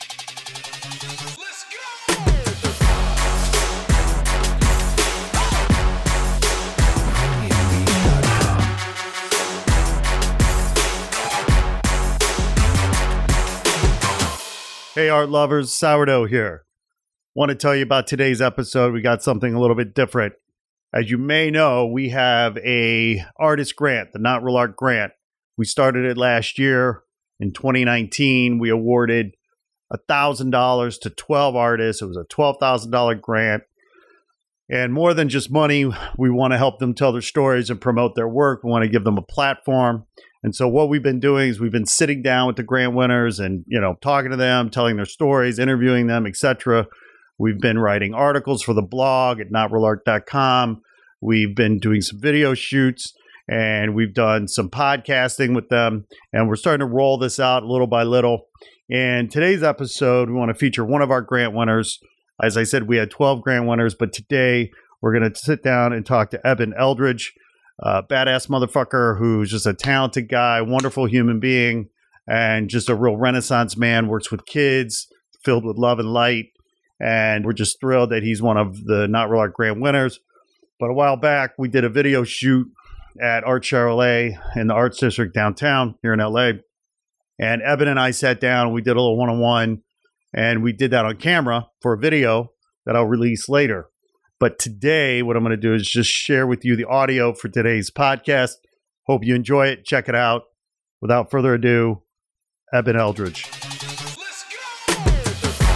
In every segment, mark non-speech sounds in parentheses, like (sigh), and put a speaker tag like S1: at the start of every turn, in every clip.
S1: Let's go!
S2: Hey, art lovers, Sourdough here. Want to tell you about today's episode. We got something a little bit different. As you may know, we have a artist grant, the Not Real Art Grant. We started it last year in 2019. We awarded $1,000 to 12 artists. It was a $12,000 grant. And more than just money, we want to help them tell their stories and promote their work. We want to give them a platform. And so what we've been doing is we've been sitting down with the grant winners and you know talking to them, telling their stories, interviewing them, etc. We've been writing articles for the blog at notrealart.com. We've been doing some video shoots and we've done some podcasting with them and we're starting to roll this out little by little. And today's episode, we want to feature one of our grant winners. As I said, we had 12 grant winners, but today we're going to sit down and talk to Eben Eldridge uh, badass motherfucker who's just a talented guy, wonderful human being, and just a real renaissance man. Works with kids, filled with love and light, and we're just thrilled that he's one of the Not Real Art Grant winners. But a while back, we did a video shoot at Art Charolais in the Arts District downtown here in LA, and Eben and I sat down. We did a little one on one, and we did that on camera for a video that I'll release later. But today, what I'm going to do is just share with you the audio for today's podcast. Hope you enjoy it. Check it out. Without further ado, Eben Eldridge.
S1: Let's go!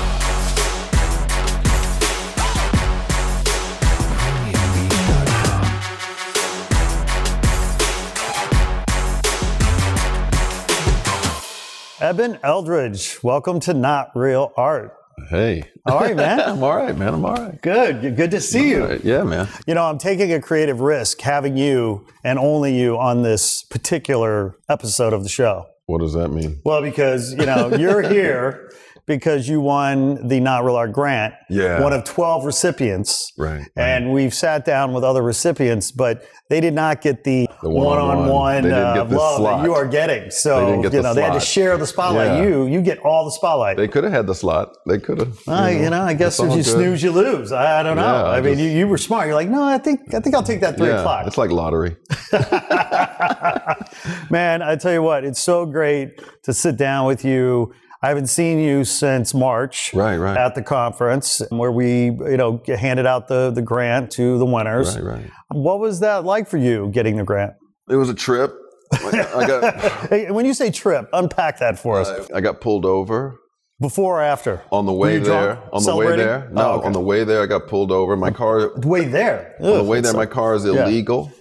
S2: Eben Eldridge, welcome to Not Real Art.
S3: Hey.
S2: How are you, man?
S3: (laughs) I'm all right, man. I'm all right.
S2: Good. Good to see
S3: All right. Yeah, man.
S2: You know, I'm taking a creative risk having you and only you on this particular episode of the show.
S3: What does that mean?
S2: Well, because, you know,
S3: (laughs)
S2: you're here because you won the Not Real Art grant,
S3: Yeah.
S2: one of 12 recipients.
S3: Right. right.
S2: And we've sat down with other recipients, but they did not get the,
S3: The
S2: one-on-one,
S3: one-on-one. They didn't
S2: uh,
S3: get the
S2: love that
S3: slot.
S2: you are getting. So
S3: They didn't get
S2: you
S3: the
S2: know they had to
S3: slot.
S2: share the spotlight.
S3: Yeah.
S2: You you get all the spotlight.
S3: they could have had the slot. They could have.
S2: Uh, you know, I guess if you snooze, you lose. I, I don't know.
S3: Yeah,
S2: I
S3: I
S2: mean,
S3: just-
S2: you, you were smart. You're like, no, I think I think I'll take that three
S3: yeah,
S2: o'clock.
S3: It's like lottery.
S2: Man, I tell you what, it's so great to sit down with you. I haven't seen you since March
S3: Right, right.
S2: at the conference where we, you know, handed out the, the grant to the winners.
S3: Right, right.
S2: What was that like for you getting the grant?
S3: It was a trip. I
S2: (laughs)
S3: I got
S2: Hey, when you say trip, unpack that for us.
S3: I got pulled over
S2: Before or after?
S3: Uh, on the way
S2: you drunk?
S3: there. On the way
S2: Celebrating?
S3: there.
S2: Oh,
S3: No,
S2: okay.
S3: on the way there I got pulled over. My car on
S2: Way there.
S3: the
S2: Ugh,
S3: way there
S2: it's-
S3: my car is illegal.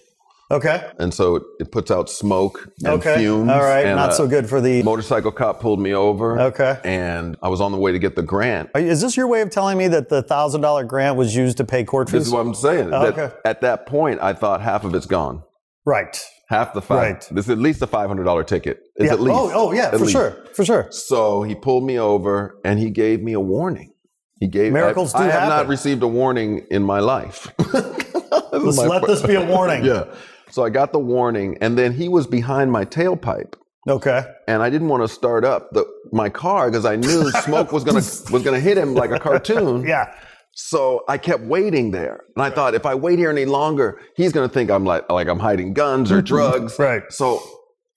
S2: Okay.
S3: And so it, it puts out smoke and
S2: Okay.
S3: fumes.
S2: All right.
S3: and uh,
S2: Not
S3: a
S2: so good for the.
S3: Motorcycle cop pulled me over.
S2: Okay.
S3: And I was on the way to get the grant.
S2: Are you- Is this your way of telling me that the thousand dollar grant was used to pay court
S3: This
S2: fees?
S3: is what I'm saying. that
S2: Oh, Okay.
S3: At that point, I thought half of it's gone.
S2: right.
S3: Half the five.
S2: Right.
S3: This is at least a five hundred dollar ticket. It's
S2: Yeah.
S3: at least.
S2: Oh, oh yeah,
S3: At
S2: for
S3: least.
S2: sure, for sure.
S3: So he pulled me over and he gave me a warning. He gave
S2: Miracles
S3: I,
S2: do
S3: I have
S2: happen.
S3: not received a warning in my life. (laughs)
S2: Let's let this be a warning.
S3: yeah. So I got the warning, and then he was behind my tailpipe,
S2: Okay.
S3: and I didn't want to start up the, my car because
S2: (laughs)
S3: I knew smoke was gonna was gonna hit him like a cartoon.
S2: Yeah.
S3: So I kept waiting there, and I thought if I wait here any longer, he's going to think I'm like like I'm hiding
S2: (laughs)
S3: guns or drugs.
S2: Right.
S3: So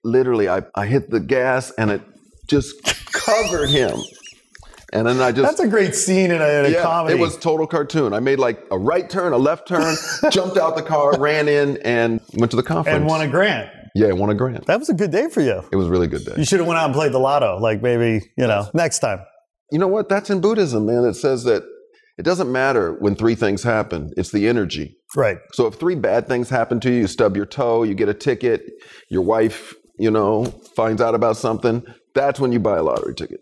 S3: literally, I, I hit the gas, and it just covered him. And then I just
S2: That's a great scene in a, in a
S3: yeah,
S2: comedy.
S3: it was total cartoon. I made like a right turn, a
S2: (laughs)
S3: left turn, jumped out the car, ran in, and went to the conference.
S2: and won a grant.
S3: yeah, won a grant.
S2: That was a good day for you.
S3: It was a really good day.
S2: You should have went out and played the lotto, like maybe you know next time.
S3: you know what? That's in Buddhism, man. It says that it doesn't matter when three things happen. It's the energy.
S2: Right. (laughs)
S3: So if three bad things happen to you, you stub your toe, you get a ticket, your wife, you know, finds out about something, that's when you buy a lottery ticket.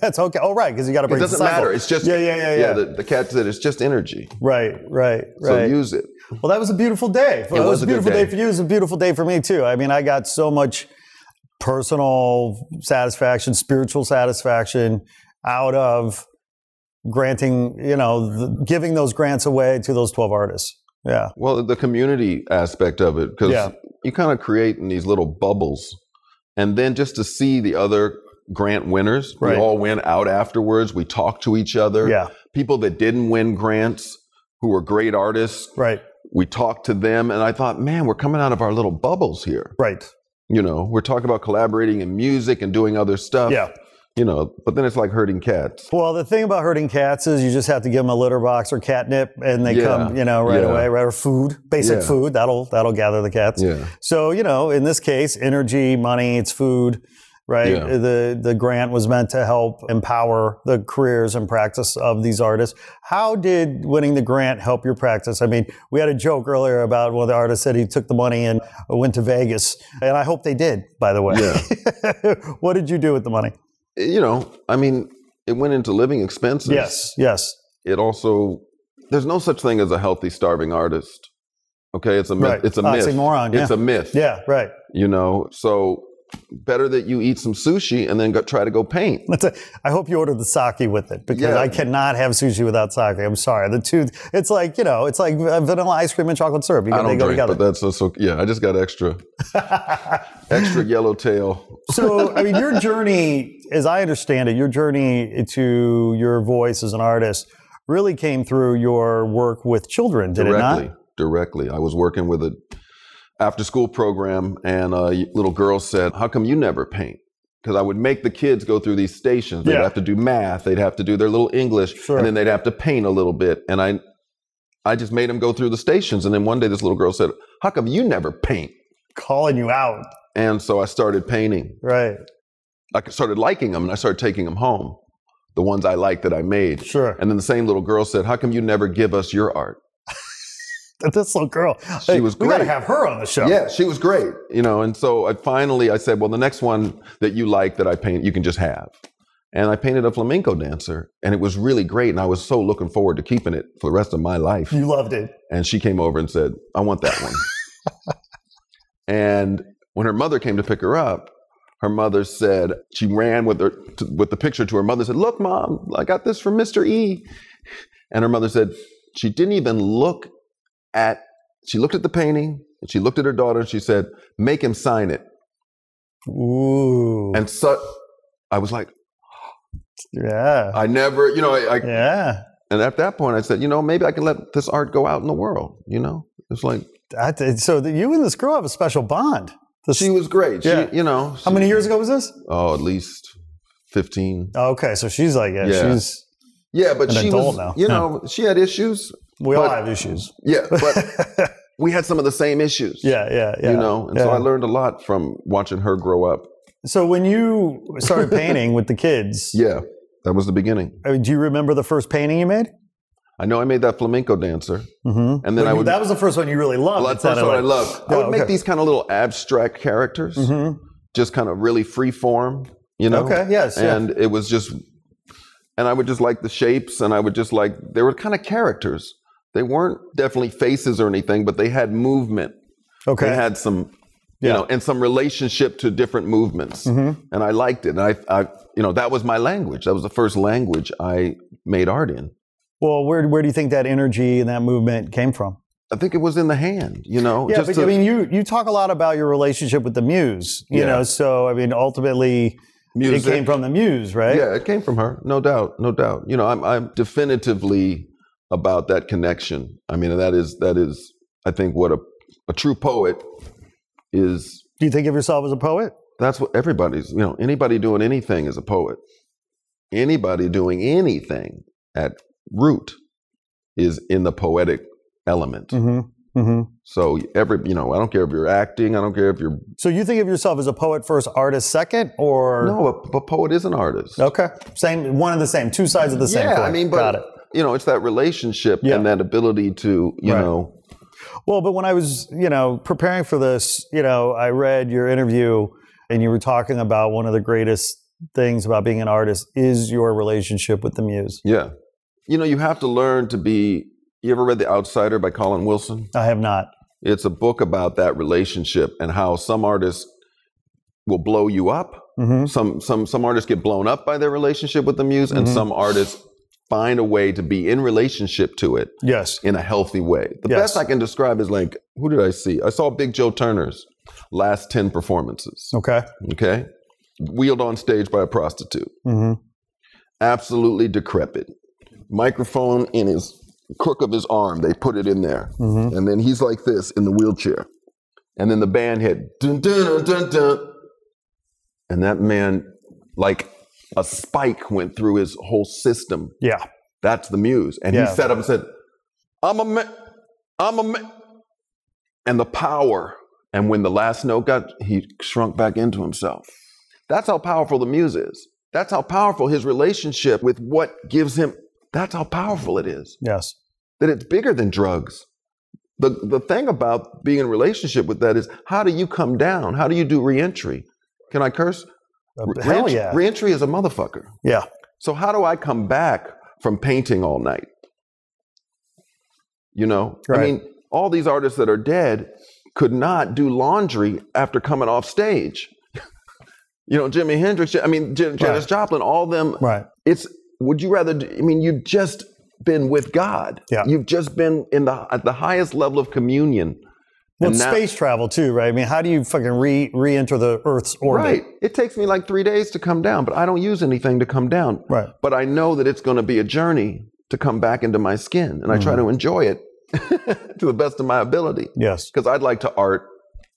S2: That's okay. Oh, right, because you got to
S3: It
S2: break. the
S3: doesn't
S2: cycle.
S3: matter. It's just
S2: yeah, yeah, yeah, yeah.
S3: the, the cat said it's just energy.
S2: right, right, right.
S3: So use it.
S2: Well, that was a beautiful day. It,
S3: was
S2: a
S3: a good
S2: beautiful
S3: day.
S2: day. for you. It was a beautiful day for me too. I mean, I got so much personal satisfaction, spiritual satisfaction out of granting, you know, the, giving those grants away to those 12 artists. Yeah.
S3: Well, the community aspect of it, because
S2: Yeah.
S3: you kind of create in these little bubbles. And then just to see the other grant winners,
S2: Right.
S3: we all went out afterwards. We talked to each other.
S2: Yeah.
S3: People that didn't win grants, who were great artists,
S2: Right.
S3: we talked to them. And I thought, man, we're coming out of our little bubbles here.
S2: Right.
S3: You know, we're talking about collaborating in music and doing other stuff.
S2: Yeah.
S3: You know, but then it's like herding cats.
S2: Well, the thing about herding cats is you just have to give them a litter box or catnip, and they
S3: Yeah.
S2: come, you know, right
S3: Yeah.
S2: away. Right, or food, basic
S3: Yeah.
S2: food that'll that'll gather the cats.
S3: Yeah.
S2: So you know, in this case, energy, money, it's food, right?
S3: Yeah.
S2: The the grant was meant to help empower the careers and practice of these artists. How did winning the grant help your practice? I mean, we had a joke earlier about one of the artists said he took the money and went to Vegas, and I hope they did. By the way, (laughs) what did you do with the money?
S3: You know, I mean, it went into living expenses.
S2: Yes, yes,
S3: it also there's no such thing as a healthy starving artist. Okay, it's a myth.
S2: Right. Ah,
S3: It's a myth.
S2: Oxymoron, yeah.
S3: It's a myth.
S2: yeah, right.
S3: You know, so better that you eat some sushi and then go, try to go paint.
S2: That's a, I hope you ordered the sake with it because
S3: Yeah.
S2: I cannot have sushi without sake. I'm sorry. The two, it's like, you know, it's like uh, vanilla ice cream and chocolate syrup. You,
S3: I
S2: they
S3: don't
S2: go
S3: drink, but
S2: together.
S3: that's that's okay. Yeah, I just
S2: (laughs)
S3: got extra, extra yellowtail.
S2: so, I mean, your journey, as I understand it, your journey to your voice as an artist really came through your work with children, did
S3: directly,
S2: it not?
S3: directly. I was working with a after school program, and a little girl said, "How come you never paint?" Because I would make the kids go through these stations. They'd
S2: Yeah.
S3: have to do math. They'd have to do their little English,
S2: Sure.
S3: and then they'd have to paint a little bit. And I, I just made them go through the stations. And then one day, this little girl said, "How come you never paint?"
S2: Calling you out.
S3: And so I started painting.
S2: Right.
S3: I started liking them, and I started taking them home, the ones I liked that I made.
S2: Sure.
S3: And then the same little girl said, "How come you never give us your art?"
S2: this little girl.
S3: She was
S2: We got to
S3: great.
S2: have her on the show.
S3: Yeah, she was great. You know, and so I finally I said, well, the next one that you like that I paint, you can just have. And I painted a flamenco dancer, and it was really great. And I was so looking forward to keeping it for the rest of my life.
S2: You loved it.
S3: And she came over and said, I want that one.
S2: (laughs)
S3: and when her mother came to pick her up, her mother said she ran with her to, with the picture to her mother. Said, "Look, mom, I got this from Mr. E." And her mother said she didn't even look at. She looked at the painting and she looked at her daughter and she said, "Make him sign it."
S2: Ooh.
S3: And so I was like,
S2: yeah.
S3: I never, you know, I, I
S2: Yeah.
S3: and at that point I said, you know, maybe I can let this art go out in the world. You know, it's like
S2: That, so that you and this girl have a special bond. This-
S3: she was great.
S2: Yeah.
S3: She, you know,
S2: How many years ago was this? Oh,
S3: oh, at least 15.
S2: Okay, so she's like, yeah,
S3: Yeah.
S2: she's.
S3: Yeah, but
S2: An
S3: she
S2: adult
S3: was,
S2: now.
S3: you know, she had issues.
S2: We all
S3: But-
S2: have
S3: (laughs)
S2: issues. (laughs)
S3: Yeah, but we had some of the same issues.
S2: Yeah, yeah, yeah.
S3: You know, and so
S2: yeah.
S3: I learned a lot from watching her grow up.
S2: So when you started painting with the kids,
S3: (laughs) Yeah, that was the beginning.
S2: I mean, do you remember the first painting you made?
S3: I know I made that flamenco dancer,
S2: Mm-hmm.
S3: and then I would.
S2: that was the first one you really loved.
S3: well,
S2: it
S3: that's what
S2: sounded
S3: I
S2: like.
S3: loved. I
S2: Yeah,
S3: would make
S2: okay.
S3: these kind of little abstract characters,
S2: Mhm.
S3: just kind of really free form. You know.
S2: Okay, yes, yeah.
S3: And it was just, and I would just like the shapes, and I would just like they were kind of characters. They weren't definitely faces or anything, but they had movement.
S2: Okay.
S3: They had some
S2: Yeah. Mm-hmm.
S3: you know and some relationship to different movements and i liked it and I, I you know that was my language that was the first language i made art in
S2: well, where where do you think that energy and that movement came from?
S3: i think it was in the hand you know
S2: Yeah,
S3: just
S2: but
S3: to-
S2: I mean, you you talk a lot about your relationship with the muse. You
S3: Yeah.
S2: know, so I mean, ultimately,
S3: music
S2: it came from the muse, right?
S3: yeah it came from her no doubt no doubt you know i'm, I'm definitively about that connection i mean that is that is i think what a, a true poet is
S2: Do you think of yourself as a poet?
S3: that's what everybody's you know anybody doing anything is a poet anybody doing anything at root is in the poetic element
S2: Mm-hmm. Mm-hmm.
S3: so every you know i don't care if you're acting i don't care if you're
S2: So you think of yourself as a poet first, artist second, or
S3: no a, a poet is an artist
S2: Okay, same one and the same, two sides of the same.
S3: yeah i
S2: coin.
S3: mean but
S2: got it.
S3: you know it's that relationship
S2: Yeah.
S3: and that ability to you
S2: Right.
S3: know
S2: Well, but when I was, you know, preparing for this, you know, I read your interview and you were talking about one of the greatest things about being an artist is your relationship with the muse.
S3: yeah you know you have to learn to be you ever read the outsider by colin wilson
S2: I have not.
S3: It's a book about that relationship and how some artists will blow you up.
S2: Mhm.
S3: Some some some artists get blown up by their relationship with the muse, and
S2: Mhm.
S3: some artists find a way to be in relationship to it
S2: Yes.
S3: in a healthy way. The
S2: Yes.
S3: best I can describe is like, who did I see? I saw Big Joe Turner's last ten performances.
S2: Okay.
S3: Okay, wheeled on stage by a prostitute,
S2: hmm
S3: absolutely decrepit, microphone in his crook of his arm. They put it in there,
S2: Mhm.
S3: and then he's like this in the wheelchair, and then the band hit dun dun dun dun, and that man like a spike went through his whole system.
S2: Yeah.
S3: That's the muse. And
S2: Yeah.
S3: he sat up and said, I'm a man. I'm a man. And the power. And when the last note got, he shrunk back into himself. That's how powerful the muse is. That's how powerful his relationship with what gives him, that's how powerful it is.
S2: Yes.
S3: That it's bigger than drugs. The, the thing about being in relationship with that is how do you come down? How do you do reentry? Can I curse? Re-
S2: Uh, Hell
S3: reentry-
S2: yeah.
S3: Reentry is a motherfucker.
S2: yeah.
S3: So how do I come back from painting all night? You know, I
S2: Right.
S3: mean, all these artists that are dead could not do laundry after coming off stage. (laughs) you know, Jimi Hendrix. I mean, Jan- Janis
S2: Right.
S3: Joplin. All them.
S2: Right.
S3: It's. Would you rather? do- I mean, you've just been with God.
S2: Yeah.
S3: You've just been in the at the highest level of communion.
S2: Well,
S3: And
S2: it's
S3: now-
S2: space travel too, right? I mean, how do you fucking re re-enter the Earth's orbit?
S3: Right. It takes me like three days to come down, but I don't use anything to come down.
S2: Right.
S3: But I know that it's going to be a journey to come back into my skin, and I
S2: Mm-hmm.
S3: try to enjoy it (laughs) to the best of my ability.
S2: Yes.
S3: Because I'd like to art,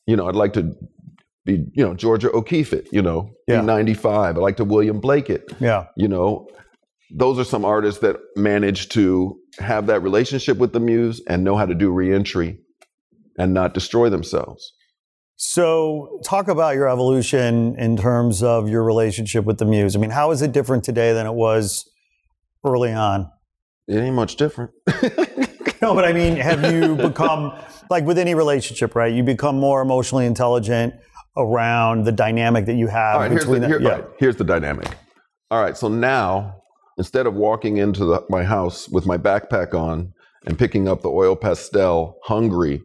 S3: you know, I'd like to be, you know, Georgia O'Keeffe it, you know,
S2: Yeah.
S3: be 95. I'd like to William Blake it,
S2: Yeah.
S3: you know. Those are some artists that manage to have that relationship with the muse and know how to do reentry and not destroy themselves.
S2: So, talk about your evolution in terms of your relationship with the muse. I mean, how is it different today than it was early on? (laughs)
S3: It ain't much different.
S2: No, but I mean, have
S3: (laughs)
S2: you become like with any relationship, right? You become more emotionally intelligent around the dynamic that you have
S3: All right, here's the,
S2: between
S3: here-
S2: the, yeah.
S3: all right, here's the dynamic. All right, so now instead of walking into the, my house with my backpack on and picking up the oil pastel, hungry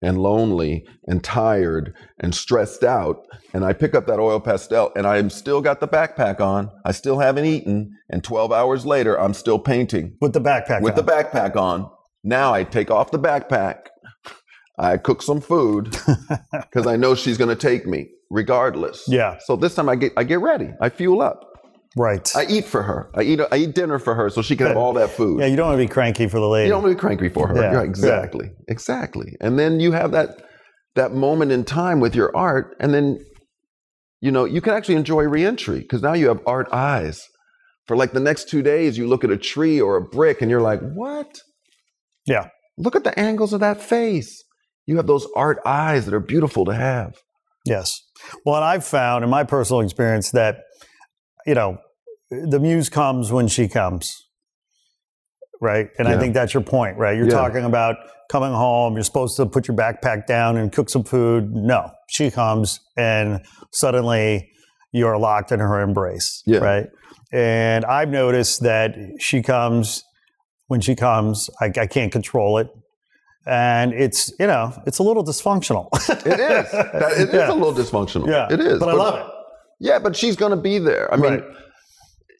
S3: and lonely and tired and stressed out, and I pick up that oil pastel and I'm still got the backpack on, I still haven't eaten, and 12 hours later I'm still painting
S2: with the backpack.
S3: with
S2: on.
S3: the backpack on. Now I take off the backpack. I cook
S2: (laughs)
S3: some food because I know she's going to take me regardless.
S2: Yeah.
S3: So this time I get I get ready. I fuel up.
S2: right.
S3: I eat for her. I eat I eat dinner for her so she can have all that food.
S2: yeah, you don't want to be cranky for the lady.
S3: You don't want to be cranky for her.
S2: Yeah,
S3: Yeah, exactly. Exactly. And then you have that that moment in time with your art, and then you know, you can actually enjoy reentry because now you have art eyes. For like the next two days, you look at a tree or a brick and you're like, what?
S2: yeah.
S3: Look at the angles of that face. You have those art eyes that are beautiful to have.
S2: Yes. Well, and I've found in my personal experience that, you know, the muse comes when she comes. Right. And I
S3: Yeah.
S2: think that's your point, right? You're
S3: Yeah.
S2: talking about coming home, you're supposed to put your backpack down and cook some food. No, she comes and suddenly you're locked in her embrace.
S3: Yeah.
S2: Right. And I've noticed that she comes when she comes, I, I can't control it. And it's, you know, it's a little dysfunctional. (laughs)
S3: It is. That, it is
S2: Yeah.
S3: a little dysfunctional.
S2: Yeah.
S3: It is.
S2: But I love it.
S3: Yeah, but she's going to be there. I mean,
S2: Right.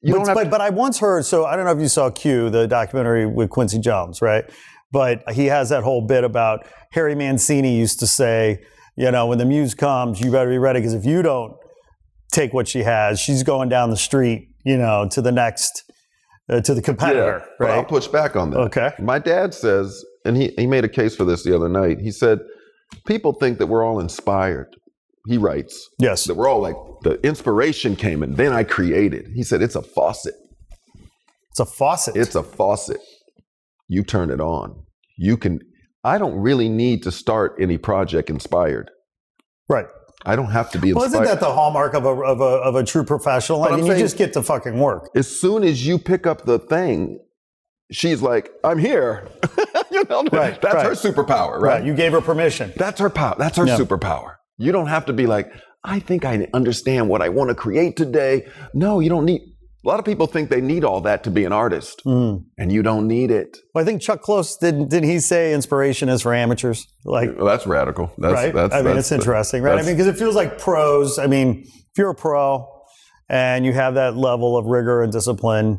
S3: you
S2: but,
S3: don't have
S2: but, but I once heard, so I don't know if you saw Q, the documentary with Quincy Jones, right? But he has that whole bit about Harry Mancini used to say, you know, when the muse comes, you better be ready because if you don't take what she has, she's going down the street, you know, to the next, uh, to the competitor,
S3: But I'll
S2: right?
S3: push back on that.
S2: Okay.
S3: My dad says, and he, he made a case for this the other night. He said, people think that we're all inspired. He writes
S2: Yes.
S3: that we're all like, the inspiration came and then I created. He said, it's a faucet.
S2: It's a faucet.
S3: It's a faucet. You turn it on. You can. I don't really need to start any project inspired.
S2: right.
S3: I don't have to be
S2: Well,
S3: inspired.
S2: isn't that the hallmark of a, of a, of a true professional?
S3: But
S2: I
S3: I'm
S2: mean, you
S3: saying-
S2: just get to fucking work.
S3: as soon as you pick up the thing, she's like, "I'm here." (laughs) you know,
S2: Right,
S3: that's
S2: right.
S3: her superpower, right?
S2: Right. You gave her permission.
S3: that's her power. That's her
S2: Yeah.
S3: superpower. You don't have to be like, "I think I understand what I want to create today." No, you don't need. A lot of people think they need all that to be an artist,
S2: Mm.
S3: and you don't need it.
S2: Well, I think Chuck Close didn't didn't he say inspiration is for amateurs? Like
S3: Well, that's radical. That's,
S2: right?
S3: That's,
S2: I mean,
S3: that's-
S2: it's interesting, right? I
S3: that's-
S2: mean, because it feels like pros. I mean, if you're a pro and you have that level of rigor and discipline,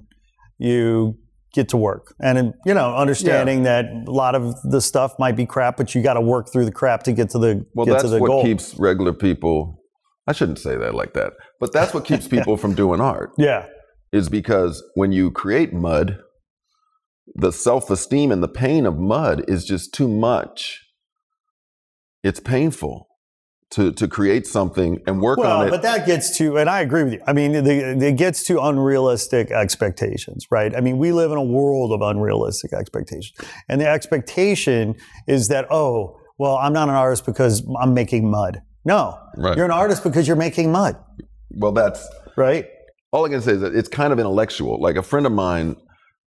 S2: you get to work. And, you know, understanding that a lot of the stuff might be crap, but you got to work through the crap to get to the,
S3: Well,
S2: get
S3: that's
S2: to the
S3: what
S2: goal.
S3: keeps regular people. I shouldn't say that like that, but that's what keeps people from doing art
S2: yeah.
S3: is because when you create mud, the self esteem and the pain of mud is just too much. It's painful to, to create something and work
S2: Well,
S3: on it.
S2: but that gets to, and I agree with you. I mean, the, it gets to unrealistic expectations, right? I mean, we live in a world of unrealistic expectations. And the expectation is that, oh, well, I'm not an artist because I'm making mud. No,
S3: Right.
S2: you're an artist because you're making mud,
S3: well, that's
S2: right?
S3: all I can say is that it's kind of intellectual. Like a friend of mine,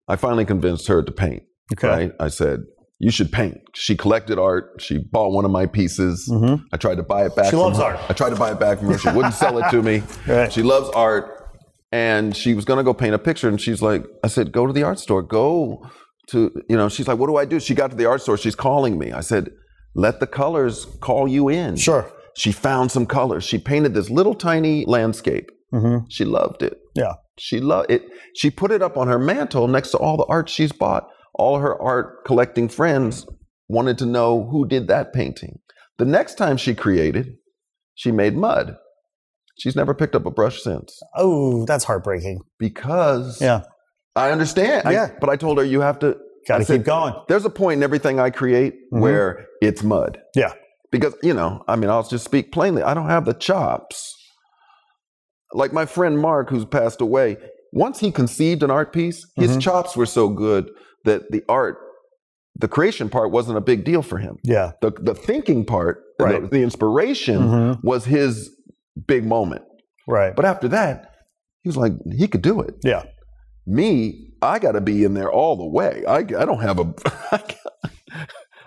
S3: I finally convinced her to paint.
S2: Okay.
S3: Right? I said, "You should paint." She collected art. She bought one of my pieces.
S2: Mhm.
S3: I tried to buy it back.
S2: She
S3: from
S2: loves
S3: her.
S2: art.
S3: I tried to buy it back from her. She wouldn't sell it to me.
S2: (laughs) Right.
S3: She loves art, and she was gonna go paint a picture. And she's like, "I said, go to the art store. Go to you know." She's like, "What do I do?" She got to the art store. She's calling me. I said, "Let the colors call you in."
S2: Sure.
S3: She found some colors. She painted this little tiny landscape.
S2: Mm-hmm.
S3: She loved it.
S2: Yeah.
S3: She loved it. She put it up on her mantle next to all the art she's bought. All her art collecting friends wanted to know who did that painting. The next time she created, she made mud. She's never picked up a brush since
S2: Oh, that's heartbreaking.
S3: because
S2: Yeah.
S3: I understand. I-
S2: Yeah.
S3: but I told her you have to.
S2: Got to
S3: I said,
S2: keep going.
S3: There's a point in everything I create
S2: Mhm.
S3: where it's mud.
S2: Yeah.
S3: Because, you know, I mean, I'll just speak plainly. I don't have the chops. Like my friend Mark, who's passed away, once he conceived an art piece, his
S2: Mhm.
S3: chops were so good that the art, the creation part wasn't a big deal for him.
S2: Yeah.
S3: The, the thinking part, the-
S2: Right.
S3: the, inspiration
S2: Mhm.
S3: was his big moment.
S2: Right.
S3: But after that, he was like, he could do it
S2: yeah.
S3: me, I got to be in there all the way. I, I don't have a. (laughs) I can,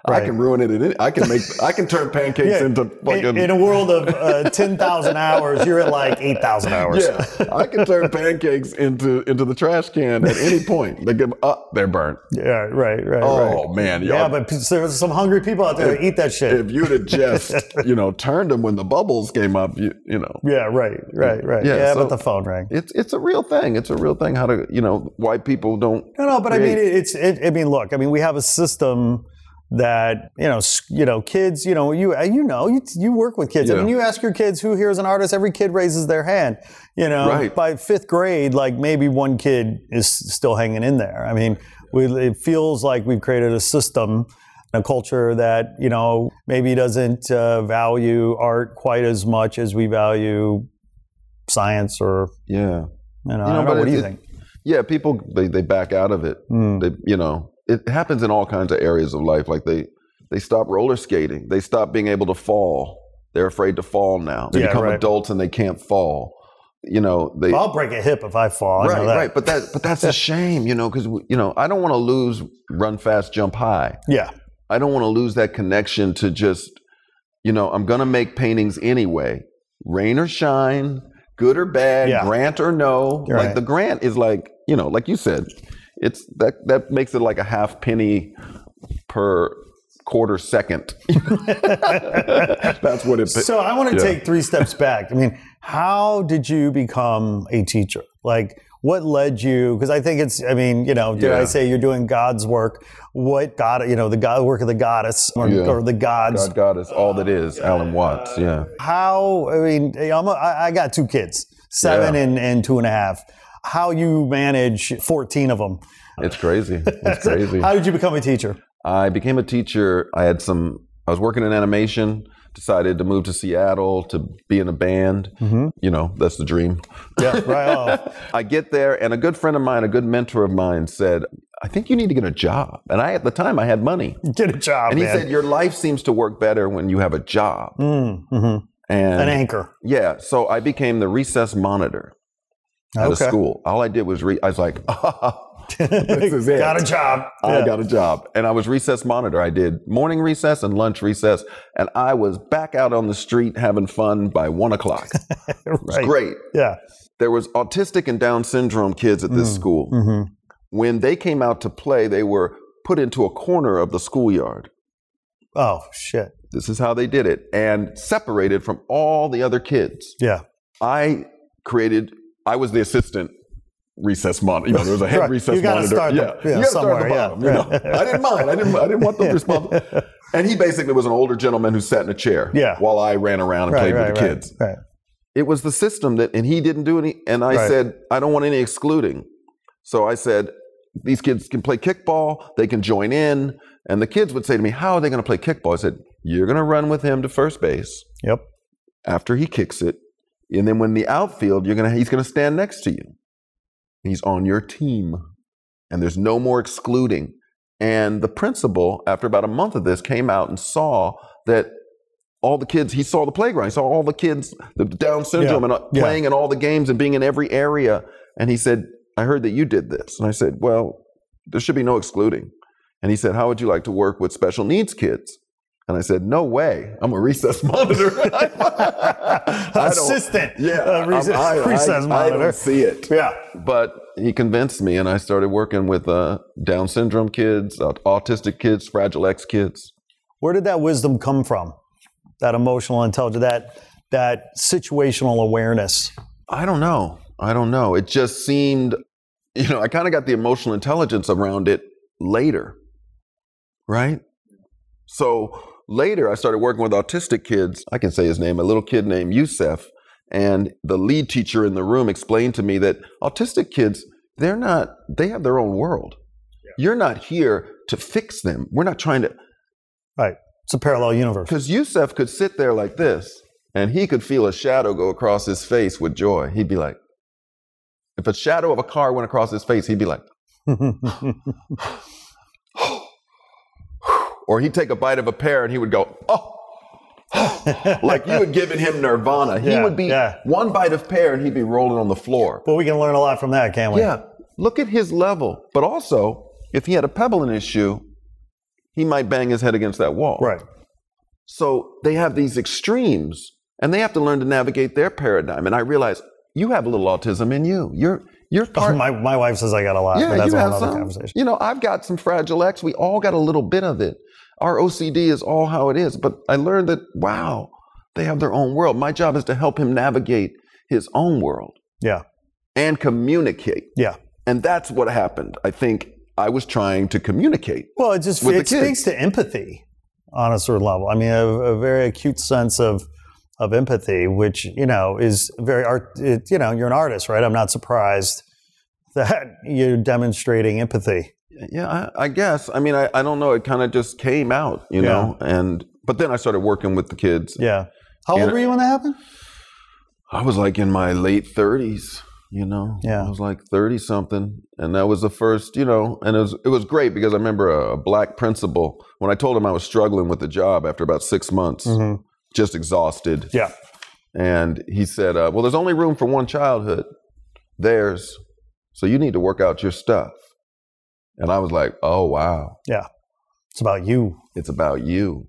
S2: Right.
S3: I can ruin it. In, any- I can make. I can turn pancakes
S2: Yeah.
S3: into fucking.
S2: In, in a world of uh, 10,000 hours, you're at like 8,000 hours.
S3: yeah, I can turn pancakes into into the trash can at any point. They give up. They're burnt.
S2: Yeah, right, right, right.
S3: Oh man,
S2: Yeah,
S3: y'all-
S2: but p- there's some hungry people out there that eat that shit.
S3: if you'd
S2: (laughs)
S3: have just you know turned them when the bubbles came up, you you know
S2: Yeah, right, right, right. Yeah,
S3: Yeah,
S2: but
S3: so-
S2: the phone rang.
S3: it's it's a real thing. It's a real thing. How to you know why people don't
S2: No, no, but I mean,
S3: Great.
S2: it's. It, I mean, look, I mean, we have a system that you know, s- you know, kids. You know, you uh, you know, you, you work with kids. I
S3: Yeah.
S2: mean, you ask your kids who here is an artist. Every kid raises their hand. You know,
S3: Right.
S2: by fifth grade, like maybe one kid is still hanging in there. I mean, we, it feels like we've created a system. A culture that you know maybe doesn't uh, value art quite as much as we value science or
S3: yeah
S2: you know, I
S3: You know,
S2: don't know.
S3: but
S2: what do you
S3: it-
S2: think?
S3: yeah people they they back out of it.
S2: Mm.
S3: they you know it happens in all kinds of areas of life like they they stop roller skating they stop being able to fall they're afraid to fall now they
S2: Yeah,
S3: become
S2: right.
S3: adults and they can't fall you know they
S2: I'll break a hip if I fall. I know
S3: right
S2: that.
S3: right but that but
S2: (laughs)
S3: that's a shame you know because you know i don't want to lose run fast jump high
S2: Yeah.
S3: i don't want to lose that connection to just you know i'm gonna make paintings anyway rain or shine good or bad
S2: Yeah.
S3: grant or no
S2: You're
S3: like
S2: right.
S3: the grant is like you know like you said it's that that makes it like a half penny per quarter second (laughs) that's what it
S2: So I want to
S3: Yeah.
S2: take three steps back. I mean, how did you become a teacher? Like, what led you? Because I think it's. I mean, you know, did I
S3: Yeah.
S2: say you're doing God's work? What God? You know, the God work of the goddess or,
S3: Yeah.
S2: or the gods.
S3: god god is all that is alan watts yeah
S2: How? I mean, I'm a, I, I got two kids, seven
S3: Yeah.
S2: and, and two and a half. How you manage 14 of them?
S3: it's crazy
S2: (laughs)
S3: it's crazy
S2: How did you become a teacher?
S3: I became a teacher. I had some. I was working in animation. Decided to move to Seattle to be in a band.
S2: Mm-hmm.
S3: You know, that's the dream.
S2: Yeah, right.
S3: (laughs)
S2: Oh,
S3: I get there, and a good friend of mine, a good mentor of mine, said, "I think you need to get a job." And I, at the time, I had money,
S2: get a job,
S3: and he
S2: Mm-hmm. Oh, man.
S3: said, "Your life seems to work better when you have a job."
S2: Mm, mhm.
S3: And
S2: An anchor.
S3: yeah, so I became the recess monitor at
S2: Okay.
S3: a
S2: (laughs)
S3: school. All I did was re- I was like, (laughs) "This is it."
S2: Got a job.
S3: I got a job and I was recess monitor. I did morning recess and lunch recess, and I was back out on the street having fun by one o'clock. It
S2: (laughs) right.
S3: was great.
S2: Yeah.
S3: there was autistic and Down syndrome kids at this
S2: Mm.
S3: school.
S2: Mm-hmm.
S3: When they came out to play, they were put into a corner of the schoolyard.
S2: Oh, shit.
S3: This is how they did it, and separated from all the other kids.
S2: Yeah.
S3: I created. I was the assistant recess monitor. You know, there was a head
S2: (laughs) Right.
S3: recess
S2: You gotta
S3: monitor.
S2: start them- yeah,
S3: you gotta start
S2: somewhere,
S3: at the
S2: yeah,
S3: bottom. you know.
S2: right.
S3: I didn't mind. I didn't. I
S2: (laughs)
S3: didn't want them responsible. And he basically was an older gentleman who sat in a chair.
S2: Yeah.
S3: While I ran around and
S2: Right,
S3: played
S2: right,
S3: with the
S2: right,
S3: kids.
S2: Right.
S3: It was the system that, and he didn't do any. And I
S2: Right.
S3: said, I don't want any excluding. So I said, these kids can play kickball. They can join in. And the kids would say to me, How are they going to play kickball? I said, You're going to run with him to first base
S2: Yep.
S3: after he kicks it, and then when the outfield, you're gonna he's gonna stand next to you. He's on your team, and there's no more excluding. And the principal, after about a month of this, came out and saw that all the kids. He saw the playground. He saw all the kids, the Down syndrome, and uh,
S2: Yeah.
S3: playing in all the games and being in every area. And he said, "I heard that you did this." And I said, "Well, there should be no excluding." And he said, How would you like to work with special needs kids? And I said, No way. I'm a recess (laughs) monitor. I don't-
S2: Assistant.
S3: Yeah.
S2: uh,
S3: I'm-
S2: recess,
S3: I- I-
S2: recess
S3: I
S2: monitor.
S3: don't see it.
S2: yeah.
S3: But he convinced me, and I started working with uh, Down syndrome kids, aut- autistic kids, Fragile X kids.
S2: Where did that wisdom come from? That emotional intelligence, that that situational awareness.
S3: I don't know. I don't know. It just seemed, you know, I kind of got the emotional intelligence around it later, right? So later, I started working with autistic kids. I can say his name, a little kid named Youssef. And the lead teacher in the room explained to me that autistic kids, they're not, they have their own world. You're not here to fix them. We're not trying to,
S2: Right. It's a parallel universe.
S3: because Yusef could sit there like this, and he could feel a shadow go across his face with joy. He'd be like, if a shadow of a car went across his face, he'd
S2: (laughs)
S3: be like, or he'd take a bite of a pear and he would go,
S2: (laughs)
S3: oh, like you had given him nirvana. He
S2: Yeah,
S3: would be
S2: yeah.
S3: one bite of pear and he'd be rolling on the floor.
S2: But we can learn a lot from that, can't we?
S3: Yeah. Look at his level. But also, if he had a pebble in his shoe, he might bang his head against that wall.
S2: Right. (laughs)
S3: So they have these extremes and they have to learn to navigate their paradigm. And I realize you have a little autism in you. You're you're part
S2: Oh my, my wife says I got a lot, but
S3: yeah,
S2: that's
S3: you
S2: a
S3: have
S2: whole other
S3: some.
S2: conversation.
S3: You know, I've got some fragile X. We all got a little bit of it. Our OCD is all how it is. But I learned that wow, they have their own world. My job is to help him navigate his own world
S2: Yeah.
S3: and communicate.
S2: Yeah.
S3: And that's what happened. I think I was trying to communicate.
S2: Well, it just
S3: With the
S2: it speaks
S3: kids.
S2: to empathy on a certain level. I mean, a, a very acute sense of of empathy, which you know is very art. It, you know, you're an artist, right? I'm not surprised (laughs) that you're demonstrating empathy.
S3: Yeah, I, I guess. I mean, I, I don't know. It kind of just came out, you
S2: Yeah.
S3: know. And but then I started working with the kids.
S2: Yeah. How old
S3: And-
S2: were you when that happened?
S3: I was like in my late thirties, you know.
S2: Yeah.
S3: I was like thirty something, and that was the first, you know. And it was it was great because I remember a, a black principal when I told him I was struggling with the job after about six months,
S2: Mm-hmm.
S3: just exhausted.
S2: Yeah.
S3: And he said, uh, "Well, there's only room for one childhood, theirs, so you need to work out your stuff." And I was like, "Oh wow,
S2: It's about you.
S3: it's about you."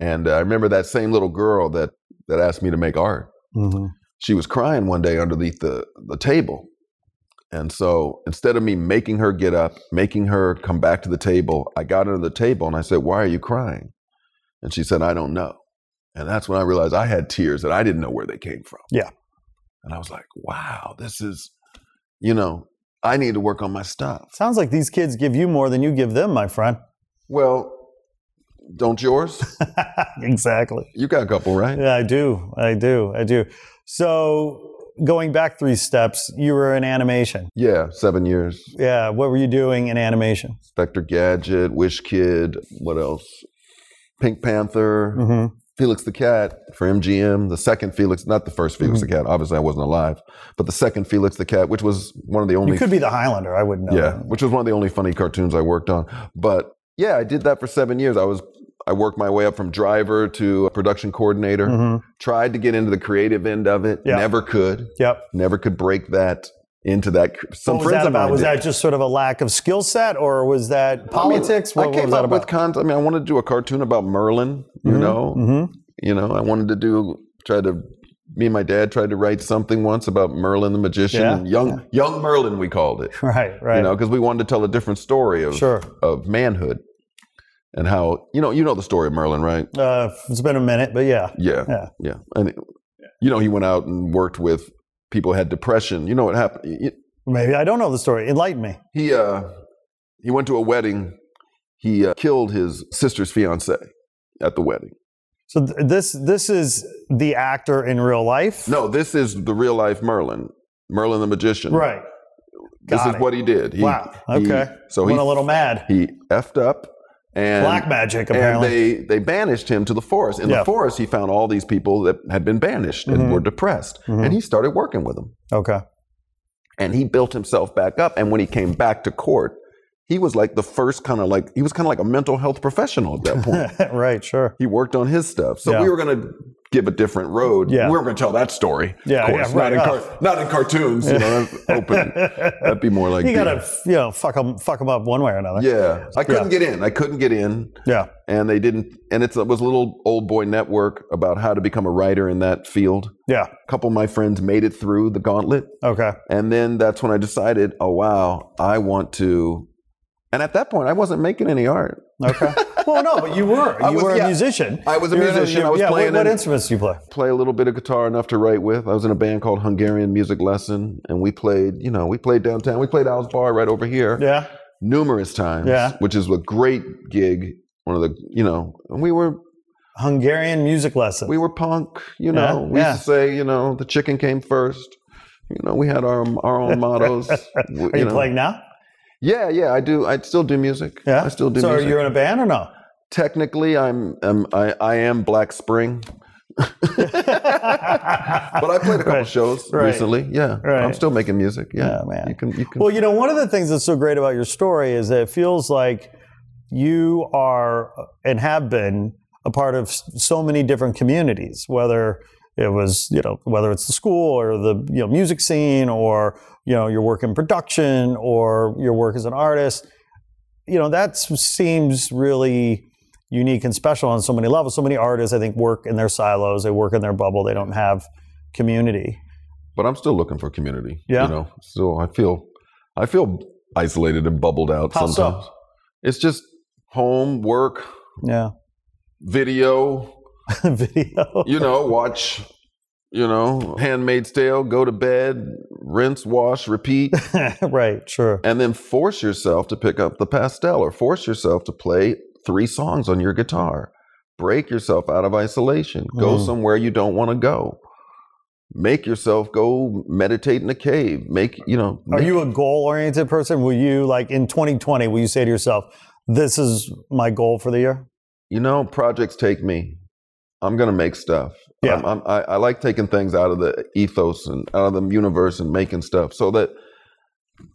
S3: And uh, I remember that same little girl that that asked me to make art
S2: Mm-hmm.
S3: she was crying one day underneath the, the table. And so instead of me making her get up, making her come back to the table, I got under the table and I said, Why are you crying? And she said, I don't know. And that's when I realized I had tears that I didn't know where they came from.
S2: Yeah.
S3: And I was like, Wow, this is, you know, I need to work on my stuff.
S2: Sounds like these kids give you more than you give them, my friend. (laughs)
S3: Well, don't yours?
S2: exactly.
S3: you got a couple, right?
S2: Yeah, I do. I do. I do. So going back three steps, you were in animation.
S3: Yeah, seven years.
S2: Yeah. What were you doing in animation?
S3: Inspector Gadget, Wish Kid, what else? Pink Panther.
S2: Mm-hmm.
S3: Felix the Cat for MGM, the second Felix, not the first Felix
S2: Mm.
S3: the Cat, obviously I wasn't alive, but the second Felix the Cat, which was one of the only
S2: You could be the Highlander. I wouldn't know.
S3: (laughs) yeah, which was one of the only funny cartoons I worked on. But yeah, I did that for 7 years. I was I worked my way up from driver to production coordinator,
S2: Mhm.
S3: tried to get into the creative end of it,
S2: Yeah.
S3: never could,
S2: Yep.
S3: never could break that into that cr- some
S2: what was
S3: friends
S2: that
S3: of mine
S2: about? Was
S3: did.
S2: that just sort of a lack of skill set, or was that
S3: I mean,
S2: politics?
S3: I
S2: what, what
S3: came
S2: was that
S3: up with
S2: about? Mm-hmm.
S3: content. I mean, I wanted to do a cartoon about Merlin, you know,
S2: hmm
S3: you know i wanted to do try to me and my dad tried to write something once about Merlin the magician,
S2: Yeah.
S3: and young young Merlin we called
S2: (laughs)
S3: it,
S2: Right, right.
S3: you know, because we wanted to tell a different story of
S2: sure.
S3: of manhood and how you know you know the story of Merlin, right?
S2: Uh, it's been a minute, but yeah.
S3: Yeah,
S2: Yeah.
S3: And you know he went out and worked with people who had depression. You know what happened? Y-
S2: Maybe I don't know the story. Enlighten me.
S3: He uh, he went to a wedding. He uh, killed his sister's fiance at the wedding.
S2: So th- this this is the actor in real life.
S3: No, this is the real life Merlin, Merlin the magician.
S2: Right.
S3: This
S2: Got
S3: is
S2: it.
S3: what he did. He,
S2: Wow.
S3: he-
S2: Okay.
S3: so he
S2: Went a little mad.
S3: he effed up and
S2: Black magic
S3: and
S2: apparently.
S3: they they banished him to the forest. In
S2: Yeah.
S3: the forest, he found all these people that had been banished
S2: Mhm.
S3: and were depressed,
S2: Mhm.
S3: and he started working with them.
S2: okay. (laughs)
S3: And he built himself back up. And when he came back to court, he was like the first kind of like he was kind of like a mental health professional at
S2: (laughs)
S3: that point.
S2: right. Sure.
S3: he worked on his stuff. So
S2: Yeah.
S3: we were going to give a different road.
S2: Yeah.
S3: We were going to tell that story.
S2: Yeah,
S3: of course.
S2: yeah, right.
S3: not, in car- not in cartoons.
S2: (laughs)
S3: You know, that's open. That'd be more like
S2: You
S3: the-
S2: gotta you know fuck them fuck 'em up one way or another.
S3: Yeah, I couldn't get in. I couldn't get in.
S2: Yeah.
S3: and they didn't and it's, it was a little old boy network about how to become a writer in that field
S2: Yeah.
S3: a couple of my friends made it through the gauntlet
S2: Okay.
S3: and then that's when i decided oh wow i want to and at that point i wasn't making any art
S2: Okay. (laughs) well, no, but you were.
S3: I
S2: You
S3: was-
S2: were a
S3: yeah.
S2: musician.
S3: I was a
S2: You were-
S3: musician. I was
S2: yeah,
S3: playing
S2: What, what
S3: in-
S2: instruments do you play?
S3: play a little bit of guitar enough to write with i was in a band called hungarian music lesson and we played you know we played downtown we played al's bar right over here
S2: Yeah.
S3: numerous times
S2: Yeah.
S3: which is a great gig one of the you know and we were
S2: Hungarian music lesson.
S3: we were punk, you know.
S2: Yeah,
S3: we
S2: yeah.
S3: used to say, you know, the chicken came first. You know, we had our our
S2: (laughs)
S3: own mottos. W-
S2: are you
S3: know.
S2: playing now?
S3: Yeah, yeah, I do. I still do music.
S2: Yeah.
S3: I still do.
S2: So
S3: music.
S2: are you in a band or no?
S3: Technically, I'm, I'm I, I am Black
S2: (laughs)
S3: Spring, but I played a couple
S2: Right.
S3: shows
S2: Right.
S3: recently. Yeah,
S2: Right.
S3: I'm still making music. Yeah,
S2: Yeah, man.
S3: You can, you can.
S2: Well, you know, one of the things that's so great about your story is that it feels like you are uh, and have been a part of s- so many different communities, whether it was, you know, whether it's the school or the, you know, music scene or, you know, your work in production or your work as an artist. You know, that s- seems really unique and special on so many levels. So many artists, I think, work in their silos, they work in their bubble, they don't have community.
S3: but I'm still looking for community.
S2: Yeah.
S3: you know. So I feel, I feel isolated and bubbled out
S2: How so?
S3: sometimes. It's just home, work,
S2: Yeah. (laughs)
S3: video,
S2: Video.
S3: you know, watch, you know, Handmaid's Tale, go to bed, rinse, wash, repeat,
S2: (laughs) right, sure.
S3: and then force yourself to pick up the pastel or force yourself to play three songs on your guitar. Break yourself out of isolation. Go
S2: Mm.
S3: somewhere you don't want to go. Make yourself go meditate in a cave. Make, you know,
S2: Are
S3: make-
S2: you a goal oriented person? Will you, like in 2020, will you say to yourself, this is my goal for the year?
S3: you know, projects take me. I'm gonna make stuff.
S2: Yeah.
S3: I'm, I'm, I, I like taking things out of the ethos and out of the universe and making stuff. So that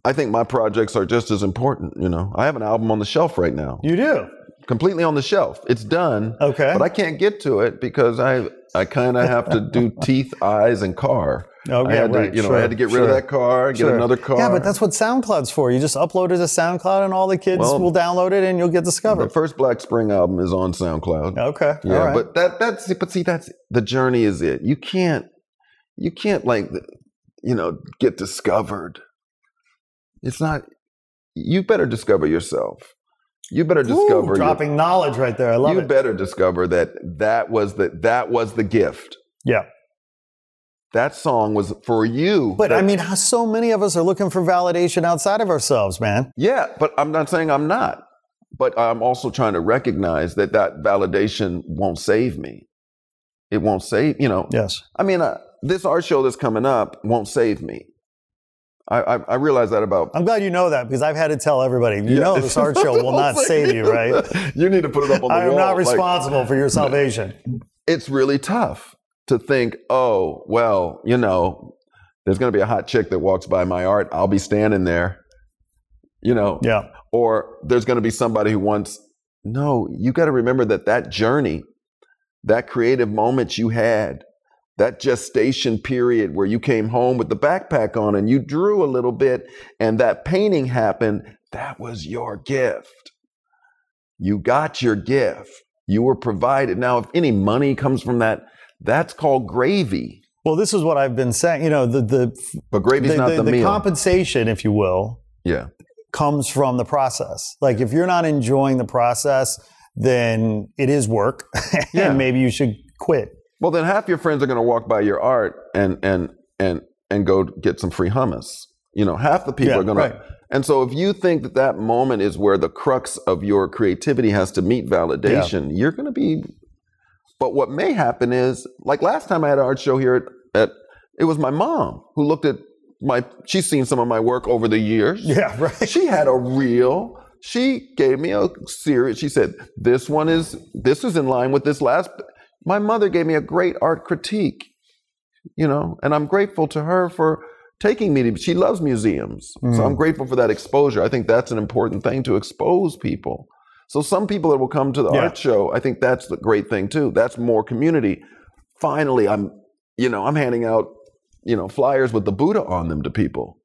S3: I think my projects are just as important. You know, I have an album on the shelf right now,
S2: You do.
S3: completely on the shelf. It's done,
S2: Okay.
S3: but I can't get to it because I I kind of have to
S2: (laughs)
S3: do teeth, eyes, and car.
S2: oh,
S3: I
S2: yeah,
S3: had to,
S2: right,
S3: you know,
S2: sure,
S3: I had to get rid of
S2: sure,
S3: that car, get
S2: sure.
S3: another car.
S2: Yeah, but that's what SoundCloud's for. You just upload it to SoundCloud and all the kids
S3: Well-
S2: will download it and you'll get
S3: the
S2: discovered.
S3: first Black Spring album is on SoundCloud.
S2: Okay.
S3: Yeah,
S2: all right.
S3: but that that's but see that's the journey is it. You can't you can't like you know get discovered. It's not you better discover yourself. You better
S2: Ooh,
S3: discover your-
S2: dropping knowledge right there. I love
S3: you
S2: it.
S3: better discover that that was the that was the gift.
S2: Yeah.
S3: That song was for you.
S2: But
S3: That-
S2: I mean, how- so many of us are looking for validation outside of ourselves, man.
S3: yeah, but I'm not saying I'm not. But I'm also trying to recognize that that validation won't save me. It won't save, you know,
S2: Yes.
S3: I mean, uh, this art show that's coming up won't save me. I, I, I realize that about.
S2: I'm glad you know that because I've had to tell everybody, you
S3: Yeah.
S2: know, this art show
S3: (laughs)
S2: will not save you, right?
S3: you need to put it up on the
S2: I am
S3: wall.
S2: not
S3: like,
S2: responsible for your
S3: (laughs)
S2: salvation.
S3: it's really tough to think, oh, well, you know, there's going to be a hot chick that walks by my art. I'll be standing there, you know,
S2: Yeah.
S3: or there's going to be somebody who wants. No, you got to remember that that journey, that creative moment you had, that gestation period where you came home with the backpack on and you drew a little bit and that painting happened, that was your gift. You got your gift. You were provided. Now, if any money comes from that, that's called gravy.
S2: Well, this is what I've been saying. You know, the the
S3: But gravy's
S2: the,
S3: not the,
S2: the, the
S3: meal.
S2: compensation, if you will,
S3: yeah.
S2: comes from the process. Like if you're not enjoying the process, then it is work, (laughs)
S3: Yeah.
S2: and maybe you should quit.
S3: Well, then half your friends are going to walk by your art and and and and go get some free hummus. You know, half the people
S2: Yeah,
S3: are going
S2: right.
S3: to. And so, if you think that that moment is where the crux of your creativity has to meet validation, you're going to be. But what may happen is, like last time I had an art show here at, at it was my mom who looked at my. She's seen some of my work over the years
S2: (laughs) Yeah, right.
S3: (laughs) she had a real she gave me a serious she said this one is this is in line with this last my mother gave me a great art critique you know and i'm grateful to her for taking me to she loves museums so i'm grateful for that exposure i think that's an important thing to expose people so some people that will come to the
S2: Yeah.
S3: art show i think that's the great thing too that's more community finally i'm you know i'm handing out you know flyers with the buddha on them to people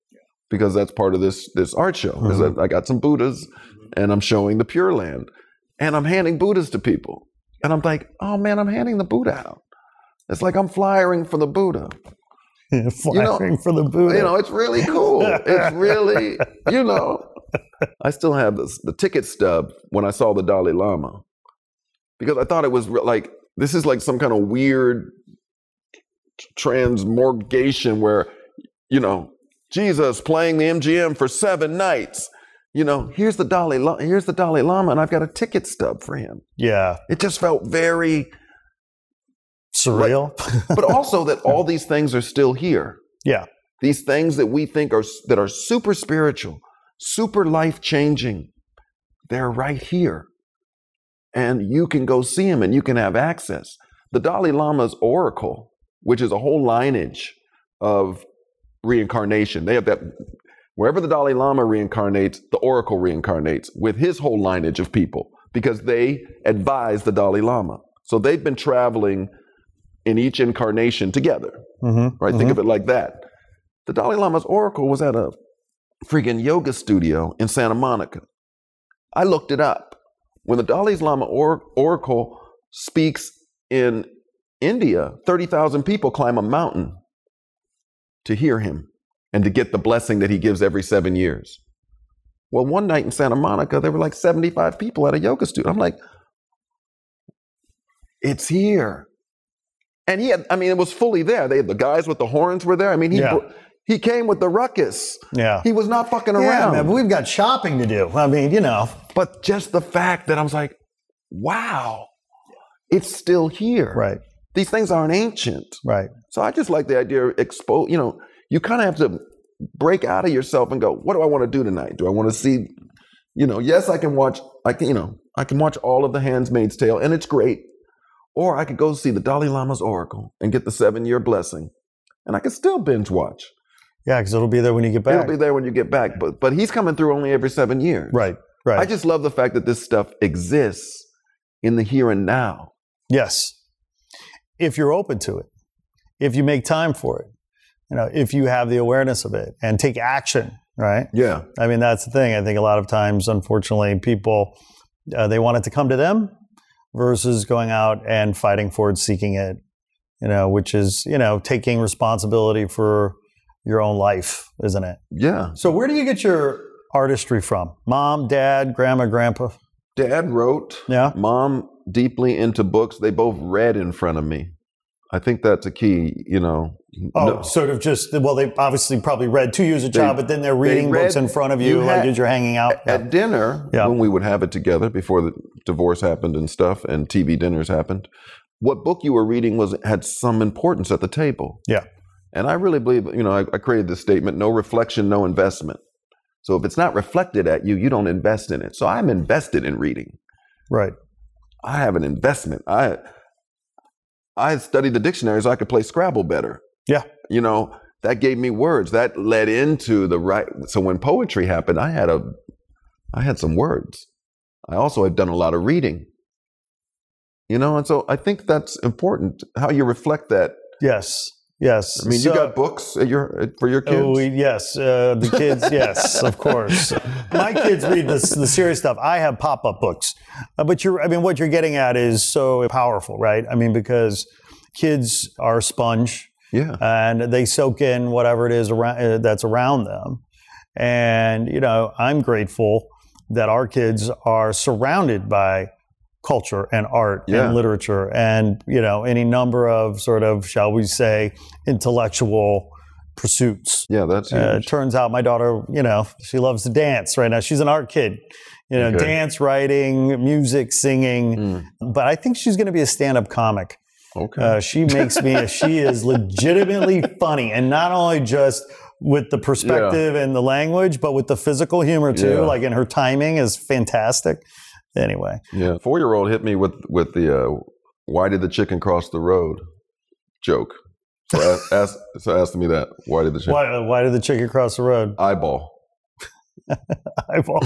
S3: because that's part of this this art show. Is that I got some Buddhas and I'm showing the Pure Land and I'm handing Buddhas to people. And I'm like, oh man, I'm handing the Buddha out. It's like I'm flyering for the Buddha.
S2: Flattering for the Buddha.
S3: You know, it's really cool. It's really, you know. I still have this, the ticket stub when I saw the Dalai Lama because I thought it was re- like this is like some kind of weird transmorgation where, you know, Jesus playing the MGM for seven nights. You know, here's the Dalai Lama, here's the Dalai Lama, and I've got a ticket stub for him.
S2: yeah,
S3: It just felt very,
S2: surreal.
S3: but also that all these things are still here.
S2: (laughs) yeah,
S3: these things that we think are that are super spiritual super life changing they're right here and you can go see them and you can have access the dalai lama's oracle which is a whole lineage of reincarnation they have that wherever the dalai lama reincarnates the oracle reincarnates with his whole lineage of people because they advise the dalai lama so they've been traveling in each incarnation together
S2: mm-hmm.
S3: right? Think of it like that. The Dalai Lama's oracle was at a friggin' yoga studio in Santa Monica. I looked it up. When the Dalai Lama or- oracle speaks in India, 30,000 people climb a mountain to hear him and to get the blessing that he gives every seven years. Well, one night in Santa Monica, there were like 75 people at a yoga studio. I'm like, it's here and he had i mean it was fully there they the guys with the horns were there i mean he
S2: Yeah.
S3: he came with the ruckus
S2: Mm-hmm. yeah.
S3: he was not fucking
S2: Yeah,
S3: around
S2: man, but we've got shopping to do. I mean, you know,
S3: but just the fact that i was like wow it's still here
S2: right,
S3: these things aren't ancient
S2: right.
S3: so i just like the idea of expose you know you kind of have to break out of yourself and go what do i want to do tonight do i want to see you know yes i can watch i can you know i can watch all of the handmaid's tale and it's great or i could go see the dalai lama's oracle and get the seven year blessing and i can still binge watch
S2: Yeah, because it'll be there when you get back.
S3: It'll be there when you get back. But but he's coming through only every seven years.
S2: Right, right.
S3: I just love the fact that this stuff exists in the here and now.
S2: Yes. If you're open to it, if you make time for it, you know, if you have the awareness of it and take action, right?
S3: Yeah.
S2: I mean, that's the thing. I think a lot of times, unfortunately, people uh, they want it to come to them versus going out and fighting for it, seeking it. You know, which is you know taking responsibility for your own life, isn't it?
S3: Yeah.
S2: So, where do you get your artistry from? Mom, dad, grandma, grandpa?
S3: Dad wrote.
S2: Yeah,
S3: Mom deeply into books. They both read in front of me. I think that's a key, you know.
S2: Oh,
S3: No-
S2: sort of just well, they obviously probably read to you as a child, but then they're reading
S3: read-
S2: books in front of you,
S3: you
S2: like
S3: had-
S2: as you're hanging out. Yeah.
S3: at dinner
S2: Yeah.
S3: when we would have it together before the divorce happened and stuff and TV dinners happened what book you were reading was had some importance at the table
S2: Yeah.
S3: and I really believe you know I, I created this statement no reflection no investment so if it's not reflected at you you don't invest in it so I'm invested in reading
S2: Right.
S3: I have an investment I I studied the dictionary so I could play Scrabble better
S2: Yeah.
S3: you know that gave me words that led into the right so when poetry happened i had a i had some words i also had done a lot of reading you know and so i think that's important how you reflect that
S2: Yes. Yes.
S3: i mean
S2: So-
S3: you got books at your at- for your kids
S2: Oh yes, uh, the kids. yes, of
S3: (laughs)
S2: course. My kids read this, the serious stuff. I have pop-up books, uh, but you're. I mean, what you're getting at is so powerful, right? I mean, because kids are a sponge.
S3: Yeah.
S2: and they soak in whatever it is around, uh, that's around them. And you know, I'm grateful that our kids are surrounded by culture and art
S3: Yeah.
S2: and literature and you know any number of sort of shall we say intellectual pursuits.
S3: Yeah, that's
S2: Uh,
S3: huge.
S2: turns out my daughter, you know, she loves to dance right now. She's an art kid. You know,
S3: Okay.
S2: dance, writing, music, singing.
S3: Mm,
S2: But I think she's going to be a stand-up comic.
S3: okay.
S2: Uh, she makes me. she is legitimately funny, and not only just with the perspective and the language, but with the physical humor too.
S3: Yeah.
S2: Like, and her timing is fantastic. Anyway,
S3: yeah. Four year old hit me with with the uh, why did the chicken cross the road joke. So
S2: (laughs)
S3: ask, ask so ask me that. Why did the chicken
S2: why, why did the chicken cross the road?
S3: (laughs) eyeball? Uh,
S2: (laughs)
S3: (laughs)
S2: Eyeball.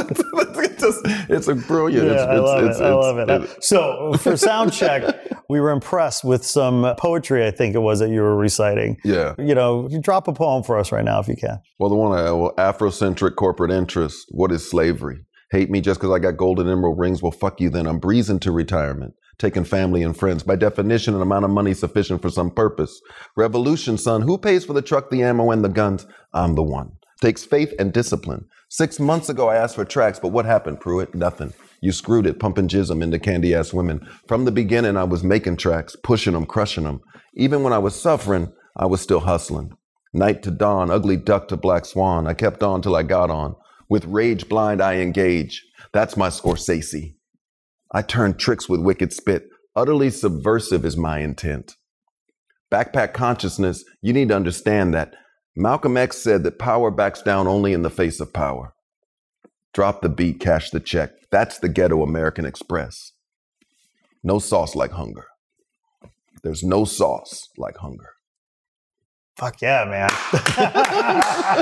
S3: it's, just, it's a brilliant.
S2: Yeah,
S3: it's,
S2: I
S3: it's-
S2: love
S3: it's-
S2: it. I
S3: it's-
S2: love it. so for sound check, we were impressed with some poetry. I think it was that you were reciting.
S3: yeah.
S2: You know, you drop a poem for us right now if you can.
S3: Well, the one I well, Afrocentric corporate interest. What is slavery? Hate me just because I got gold and emerald rings. Well, fuck you then. I'm breezing to retirement, taking family and friends. By definition, an amount of money sufficient for some purpose. Revolution, son. Who pays for the truck, the ammo, and the guns? I'm the one. Takes faith and discipline. Six months ago, I asked for tracks, but what happened, Pruitt? Nothing. You screwed it, pumping jism into candy ass women. From the beginning, I was making tracks, pushing them, crushing them. Even when I was suffering, I was still hustling. Night to dawn, ugly duck to black swan. I kept on till I got on. With rage blind, I engage. That's my Scorsese. I turn tricks with wicked spit. Utterly subversive is my intent. Backpack consciousness, you need to understand that. Malcolm X said that power backs down only in the face of power. Drop the beat, cash the check. That's the ghetto American Express. No sauce like hunger. There's no sauce like hunger.
S2: Fuck yeah, man.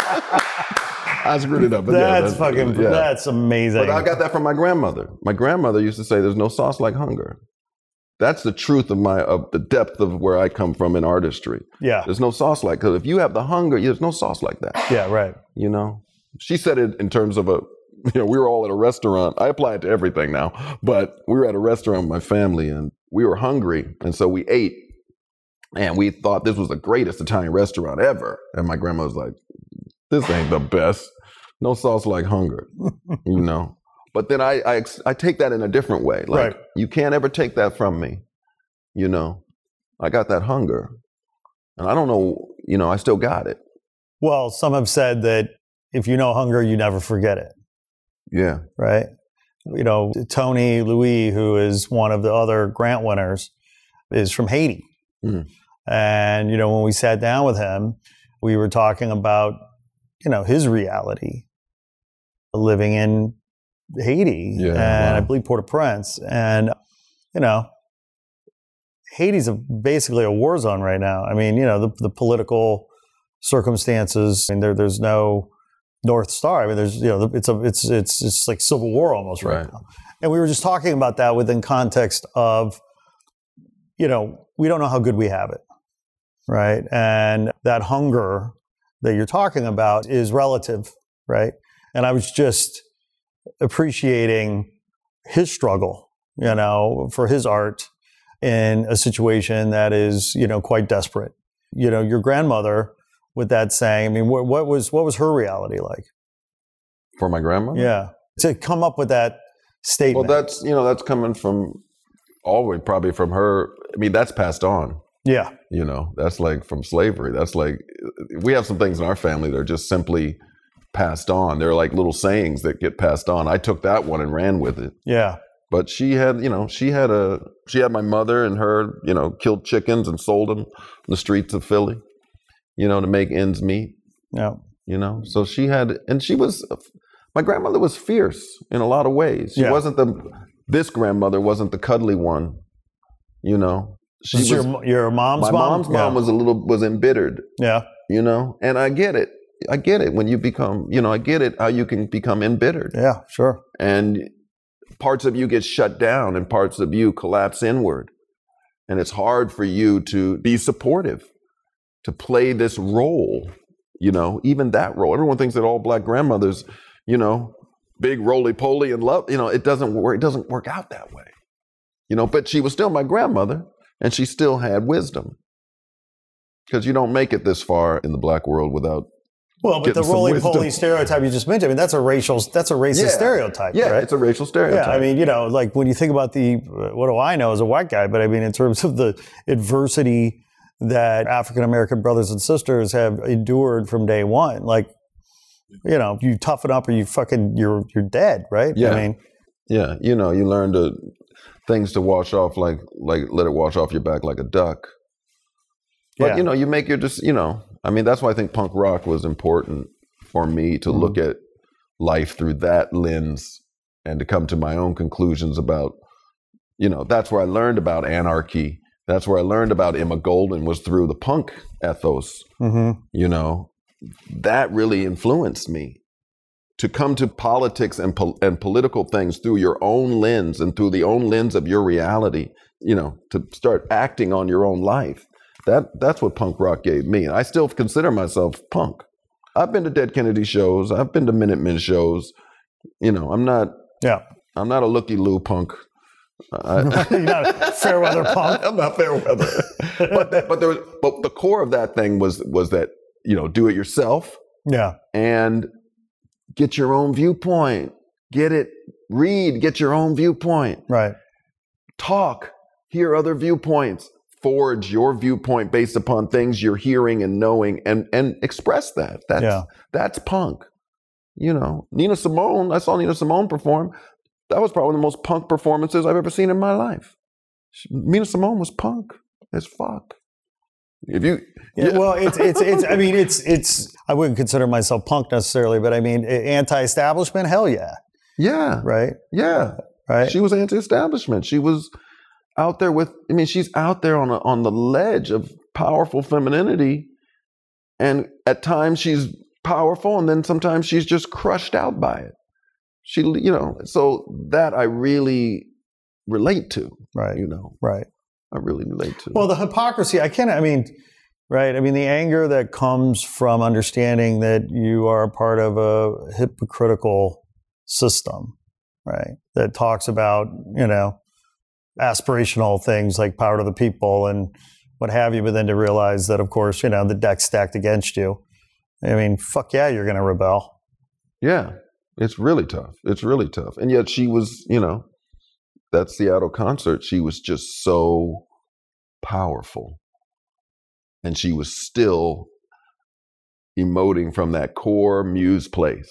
S3: I screwed it up. but yeah,
S2: that's fucking.
S3: yeah.
S2: That's amazing.
S3: But I got that from my grandmother. My grandmother used to say, "There's no sauce like hunger." That's the truth of my of the depth of where I come from in artistry.
S2: yeah.
S3: There's no sauce like because if you have the hunger, there's no sauce like that.
S2: Yeah. Right.
S3: You know. She said it in terms of a. You know, we were all at a restaurant. I apply it to everything now, but we were at a restaurant with my family, and we were hungry, and so we ate, and we thought this was the greatest Italian restaurant ever. And my grandma was like, "This ain't the best. No sauce like
S2: (laughs)
S3: hunger." you know. But then I, I ex- I take that in a different way. Like
S2: Right.
S3: you can't ever take that from me. You know, I got that hunger, and I don't know. You know, I still got it.
S2: Well, some have said that if you know hunger, you never forget it.
S3: Yeah.
S2: right? You know, Tony Louis, who is one of the other grant winners, is from Haiti.
S3: Mm.
S2: And, you know, when we sat down with him, we were talking about, you know, his reality living in Haiti
S3: Yeah,
S2: and
S3: wow.
S2: I believe Port au Prince. And, you know, Haiti's a, basically a war zone right now. I mean, you know, the, the political circumstances, I mean, there, there's no North Star. I mean, there's, you know, it's a, it's, it's, it's like civil war almost right,
S3: Right.
S2: now. And we were just talking about that within context of, you know, we don't know how good we have it. Right. And that hunger that you're talking about is relative. Right. And I was just appreciating his struggle, you know, for his art in a situation that is, you know, quite desperate. You know, your grandmother with that saying, I mean, what, what was what was her reality like?
S3: For my grandma.
S2: Yeah, to come up with that statement.
S3: Well, that's you know that's coming from always probably from her. I mean, that's passed on.
S2: yeah,
S3: You know, that's like from slavery. That's like we have some things in our family that are just simply passed on. They're like little sayings that get passed on. I took that one and ran with it.
S2: yeah,
S3: But she had, you know, she had a she had my mother and her, you know, killed chickens and sold them in the streets of Philly, you know, to make ends meet,
S2: yeah,
S3: you know. So she had and she was my grandmother was fierce in a lot of ways. She
S2: Yeah.
S3: wasn't the this grandmother wasn't the cuddly one, you know. She
S2: This is
S3: was,
S2: your your mom's
S3: my
S2: mom.
S3: mom's mom
S2: yeah.
S3: was a little was embittered
S2: yeah,
S3: you know and i get it i get it when you become you know i get it how you can become embittered
S2: yeah, sure,
S3: and parts of you get shut down and parts of you collapse inward and it's hard for you to be supportive to play this role you know even that role everyone thinks that all black grandmothers you know big roly-poly and love you know it doesn't work it doesn't work out that way you know but she was still my grandmother and she still had wisdom because you don't make it this far in the black world without.
S2: Well, but
S3: Getting
S2: the
S3: some
S2: roly poly
S3: wisdom.
S2: stereotype you just mentioned, I mean, that's a racial, that's a racist
S3: Yeah.
S2: stereotype,
S3: Yeah,
S2: right?
S3: it's a racial stereotype.
S2: Yeah, I mean, you know, like when you think about the what do I know as a white guy, but I mean, in terms of the adversity that African American brothers and sisters have endured from day one, like you know, you toughen up or you fucking you're you're dead, right? I
S3: Yeah.
S2: mean,
S3: yeah, you know, you learn to things to wash off like like let it wash off your back like a duck. But
S2: yeah,
S3: you know, you make your just you know, I mean, that's why I think punk rock was important for me to look at life through that lens and to come to my own conclusions about you know, that's where I learned about anarchy. That's where I learned about Emma Golden was through the punk ethos,
S2: Mhm.
S3: you know. That really influenced me to come to politics and pol- and political things through your own lens and through the own lens of your reality, you know, to start acting on your own life. That that's what punk rock gave me, and I still consider myself punk. I've been to Dead Kennedy shows. I've been to Minutemen shows. You know, I'm not
S2: yeah.
S3: (laughs) I'm not a looky loo punk. I,
S2: (laughs) you're not a fair weather punk.
S3: (laughs) I'm not fair weather.
S2: (laughs)
S3: but that, but there was, but the core of that thing was was that you know do it yourself
S2: Yeah,
S3: and get your own viewpoint. Get it. Read. Get your own viewpoint.
S2: right.
S3: Talk. Hear other viewpoints. Forge your viewpoint based upon things you're hearing and knowing, and and express that. That's
S2: Yeah.
S3: that's punk. You know, Nina Simone. I saw Nina Simone perform. That was probably the most punk performances I've ever seen in my life. She- Nina Simone was punk as fuck. If you,
S2: Yeah, Well, it's, it's, it's, I mean, it's, it's, I wouldn't consider myself punk necessarily, but I mean, a- anti-establishment, hell yeah.
S3: yeah,
S2: Right.
S3: yeah.
S2: Right.
S3: She was anti-establishment. She was out there with. I mean, she's out there on a, on the ledge of powerful femininity, and at times she's powerful, and then sometimes she's just crushed out by it. She, you know, so that I really relate to.
S2: right.
S3: You know,
S2: Right.
S3: I really relate to.
S2: Well, the hypocrisy, I can't, I mean, right. I mean, the anger that comes from understanding that you are a part of a hypocritical system, right? That talks about, you know, aspirational things like power to the people and what have you, but then to realize that, of course, you know, the deck's stacked against you. I mean, fuck yeah, you're going to rebel.
S3: yeah, it's really tough. It's really tough, and yet she was, you know, that Seattle concert. She was just so powerful, and she was still emoting from that core muse place.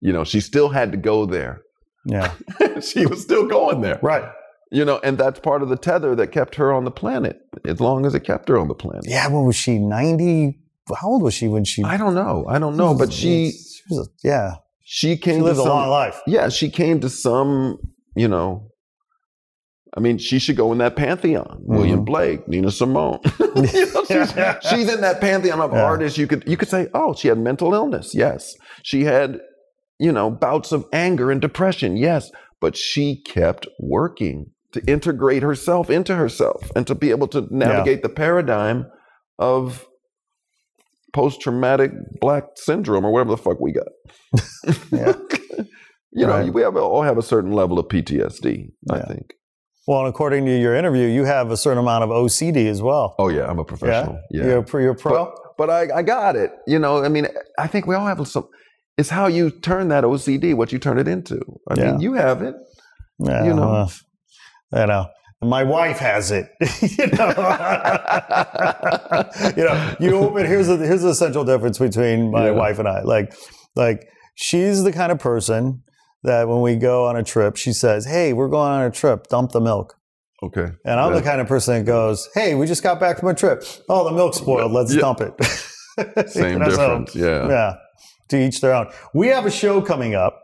S3: You know, she still had to go there. (laughs)
S2: Yeah.
S3: she was still going there,
S2: Right.
S3: you know, and that's part of the tether that kept her on the planet as long as it kept her on the planet.
S2: Yeah. When was she? 90? How old was she when she?
S3: I don't know. I don't know, but she
S2: She was a, yeah.
S3: she came
S2: She
S3: to
S2: lived a
S3: some-
S2: long life.
S3: yeah, she came to some, you know, I mean, she should go in that pantheon. William Blake, Nina Simone. (laughs) You know, she's, she's in that pantheon of
S2: Yeah.
S3: artists. You could you could say, oh, she had mental illness. Yes, she had, you know, bouts of anger and depression. Yes, but she kept working to integrate herself into herself and to be able to navigate the paradigm of post-traumatic black syndrome or whatever the fuck we got.
S2: (laughs) Yeah.
S3: (laughs) You know,
S2: Right.
S3: we have all have a certain level of PTSD. I
S2: Yeah.
S3: think.
S2: Well, and according to your interview, you have a certain amount of OCD as well.
S3: Oh yeah, I'm a
S2: yeah?
S3: professional. Yeah,
S2: You're, a pro- you're a pro?
S3: but, but I, I got it. You know, I mean, I think we all have some. It's how you turn that OCD, what you turn it into. I
S2: Yeah.
S3: mean, you have it.
S2: yeah,
S3: you know.
S2: well, you know. My wife has it. (laughs) you know, you know. You open here's the here's the essential difference between my
S3: Yeah.
S2: wife and I. Like, like she's the kind of person that when we go on a trip, she says, "Hey, we're going on a trip. Dump the milk."
S3: Okay.
S2: And I'm the
S3: Yeah.
S2: kind of person that goes, "Hey, we just got back from a trip. Oh, the milk's spoiled. Let's
S3: Yeah.
S2: dump it." (laughs)
S3: Same
S2: You know, so-
S3: difference. yeah.
S2: Yeah. To each their own. We have a show coming up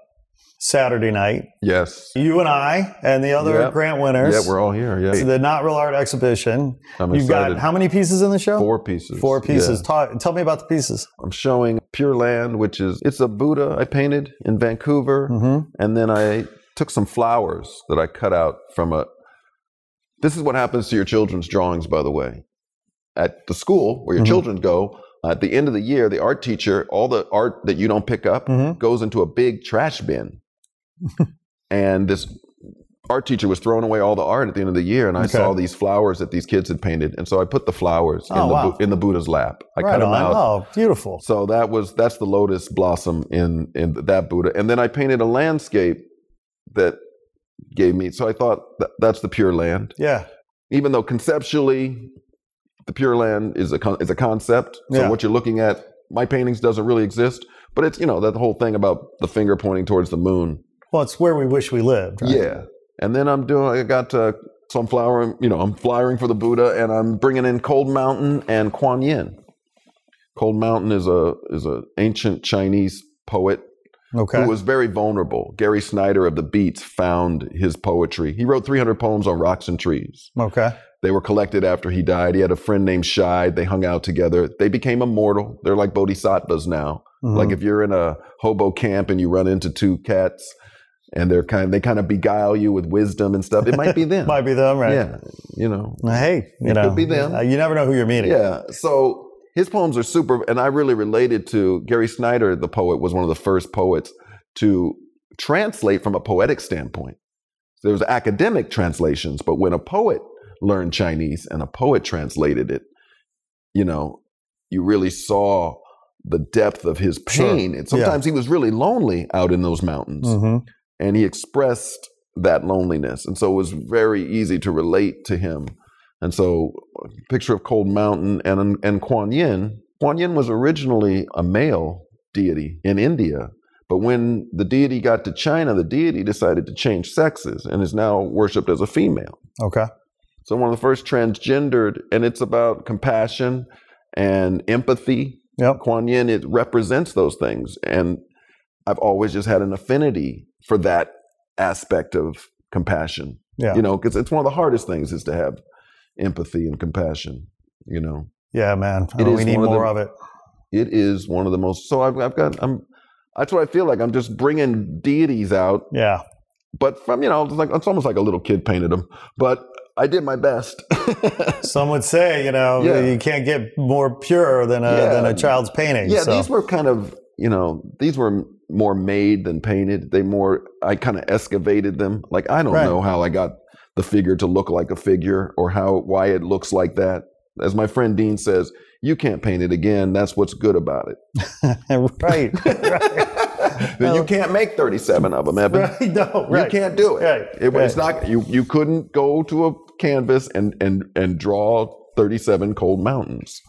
S2: Saturday night.
S3: Yes.
S2: You and I and the other
S3: Yep.
S2: grant winners.
S3: Yeah, we're all here. Yeah.
S2: the Not Real Art exhibition.
S3: I'm
S2: You've
S3: excited.
S2: got how many pieces in the show?
S3: Four pieces.
S2: Four pieces.
S3: Yeah.
S2: Ta- tell me about the pieces.
S3: I'm showing Pure Land, which is it's a Buddha I painted in Vancouver.
S2: Mm-hmm.
S3: and then I took some flowers that I cut out from a. This is what happens to your children's drawings, by the way. At the school where your
S2: Mhm.
S3: children go, uh, at the end of the year, the art teacher, all the art that
S2: Mm-hmm.
S3: you don't pick up
S2: Mhm. (laughs)
S3: goes into a big trash bin. and this art teacher was throwing away all the art at the end of the year, and I
S2: Okay.
S3: saw these flowers that these kids had painted, and so I put the flowers
S2: Oh,
S3: in, the
S2: wow.
S3: Bu- in the Buddha's lap. I
S2: right
S3: cut them
S2: on.
S3: out.
S2: Oh, beautiful.
S3: So that was that's the lotus blossom in in that Buddha, and then I painted a landscape that gave me. So I thought that, that's the Pure Land,
S2: Yeah.
S3: even though conceptually, the Pure Land is a con- is a concept. So
S2: Yeah.
S3: what you're looking at, my paintings doesn't really exist, but it's you know that whole thing about the finger pointing towards the moon.
S2: Well, it's where we wish we lived. right?
S3: Yeah. And then I'm doing, I got, uh, so I'm flowering, you know, I'm flyering for the Buddha and I'm bringing in Cold Mountain and Kuan Yin. Cold Mountain is a, is an ancient Chinese poet
S2: Okay.
S3: who was very vulnerable. Gary Snyder of the Beats found his poetry. He wrote 300 poems on rocks and trees.
S2: okay.
S3: They were collected after he died. He had a friend named Shide. They hung out together. They became immortal. They're like bodhisattvas now.
S2: Mhm.
S3: Like if you're in a hobo camp and you run into two cats and they're kind they kind of beguile you with wisdom and stuff, it might be them.
S2: might be them, right?
S3: Yeah. You know.
S2: Hey, you
S3: It
S2: know,
S3: could be them.
S2: uh, You never know who you're meeting.
S3: Yeah. So his poems are super and I really related to Gary Snyder, the poet, was one of the first poets to translate from a poetic standpoint. There was academic translations, but when a poet learned Chinese and a poet translated it, you know, you really saw the depth of his
S2: Sure.
S3: pain. And
S2: Yeah.
S3: sometimes he was really lonely out in those mountains
S2: hmm
S3: and he expressed that loneliness and so it was very easy to relate to him and so a picture of cold mountain and and kuan yin kuan yin was originally a male deity in india but when the deity got to china the deity decided to change sexes and is now worshipped as a female
S2: Okay.
S3: so one of the first transgendered and it's about compassion and empathy
S2: Yep.
S3: Kuan Yin it represents those things, and I've always just had an affinity for that aspect of compassion.
S2: Yeah.
S3: You know, because it's one of the hardest things is to have empathy and compassion. You know,
S2: yeah, man.
S3: It
S2: Oh,
S3: is
S2: we need
S3: one of
S2: more
S3: the-
S2: of it.
S3: it is one of the most. So I've, I've got. I'm. That's what I feel like. I'm just bringing deities out,
S2: Yeah.
S3: but from you know, it's like it's almost like a little kid painted them. But I did my best. (laughs)
S2: Some would say, you know,
S3: Yeah.
S2: you can't get more pure than a,
S3: Yeah.
S2: than a child's painting.
S3: Yeah,
S2: so. (laughs)
S3: these were kind of you know these were m- more made than painted. They more I kind of excavated them. Like I don't
S2: Right.
S3: know how I got the figure to look like a figure or how why it looks like that. As my friend Dean says, you can't paint it again. That's what's good about it.
S2: (laughs) right. right.
S3: Then you can't make thirty-seven
S2: (laughs)
S3: of them, Evan.
S2: Right. No, right.
S3: You can't do it.
S2: Right.
S3: It- It's
S2: Right.
S3: not you. You couldn't go to a canvas and and and draw thirty-seven cold mountains.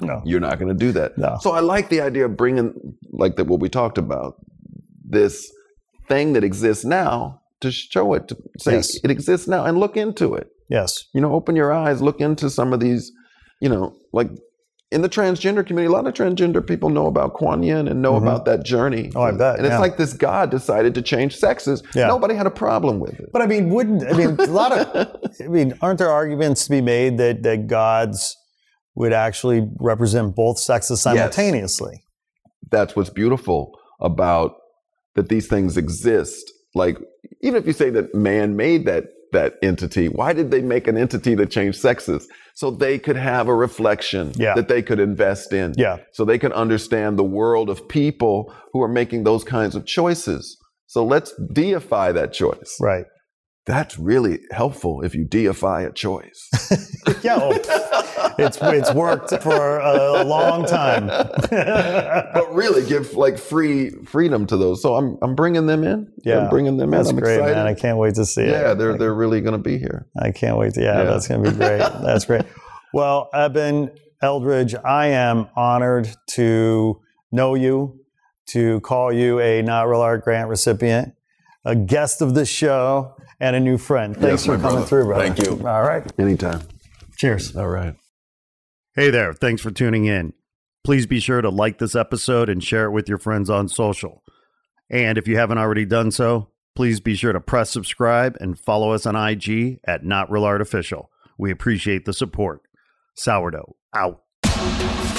S2: No.
S3: You're not going to do that.
S2: No.
S3: So I like the idea of bringing like that what we talked about this thing that exists now to show it to say
S2: Yes.
S3: it exists now and look into it.
S2: Yes.
S3: You know, open your eyes, look into some of these, you know, like in the transgender community, a lot of transgender people know about Kuan Yin and know
S2: Mhm.
S3: about that journey.
S2: Oh, I bet,
S3: And it's
S2: yeah.
S3: like this God decided to change sexes.
S2: Yeah.
S3: Nobody had a problem with it.
S2: But I mean, wouldn't I mean a lot
S3: (laughs)
S2: of I mean, aren't there arguments to be made that that gods would actually represent both sexes simultaneously?
S3: that's what's beautiful about that these things exist like even if you say that man made that that entity why did they make an entity that changed sexes so they could have a reflection
S2: Yeah.
S3: that they could invest in
S2: Yeah.
S3: so they could understand the world of people who are making those kinds of choices so let's deify that choice
S2: Right.
S3: that's really helpful if you deify a choice (laughs)
S2: Yeah. well, it's it's worked for a long time. (laughs)
S3: but really give like free freedom to those so i'm i'm bringing them in
S2: Yeah.
S3: I'm bringing them
S2: That's
S3: in i'm
S2: great,
S3: excited
S2: man. I can't wait to see it.
S3: yeah, they're they're really going to be here.
S2: I can't wait to. Yeah,
S3: Yeah.
S2: that's going to be great.
S3: (laughs)
S2: That's great. Well, Eben Eldridge, I am honored to know you, to call you a Not Real Art Grant recipient, a guest of the show, and a new friend. Thanks
S3: Yes,
S2: for
S3: my
S2: coming
S3: brother.
S2: through, brother.
S3: Thank you.
S2: All right.
S3: Anytime.
S2: Cheers.
S3: All right.
S4: Hey there, thanks for tuning in. Please be sure to like this episode and share it with your friends on social. And if you haven't already done so, please be sure to press subscribe and follow us on IG at Not Real Artificial. We appreciate the support. Sourdough out.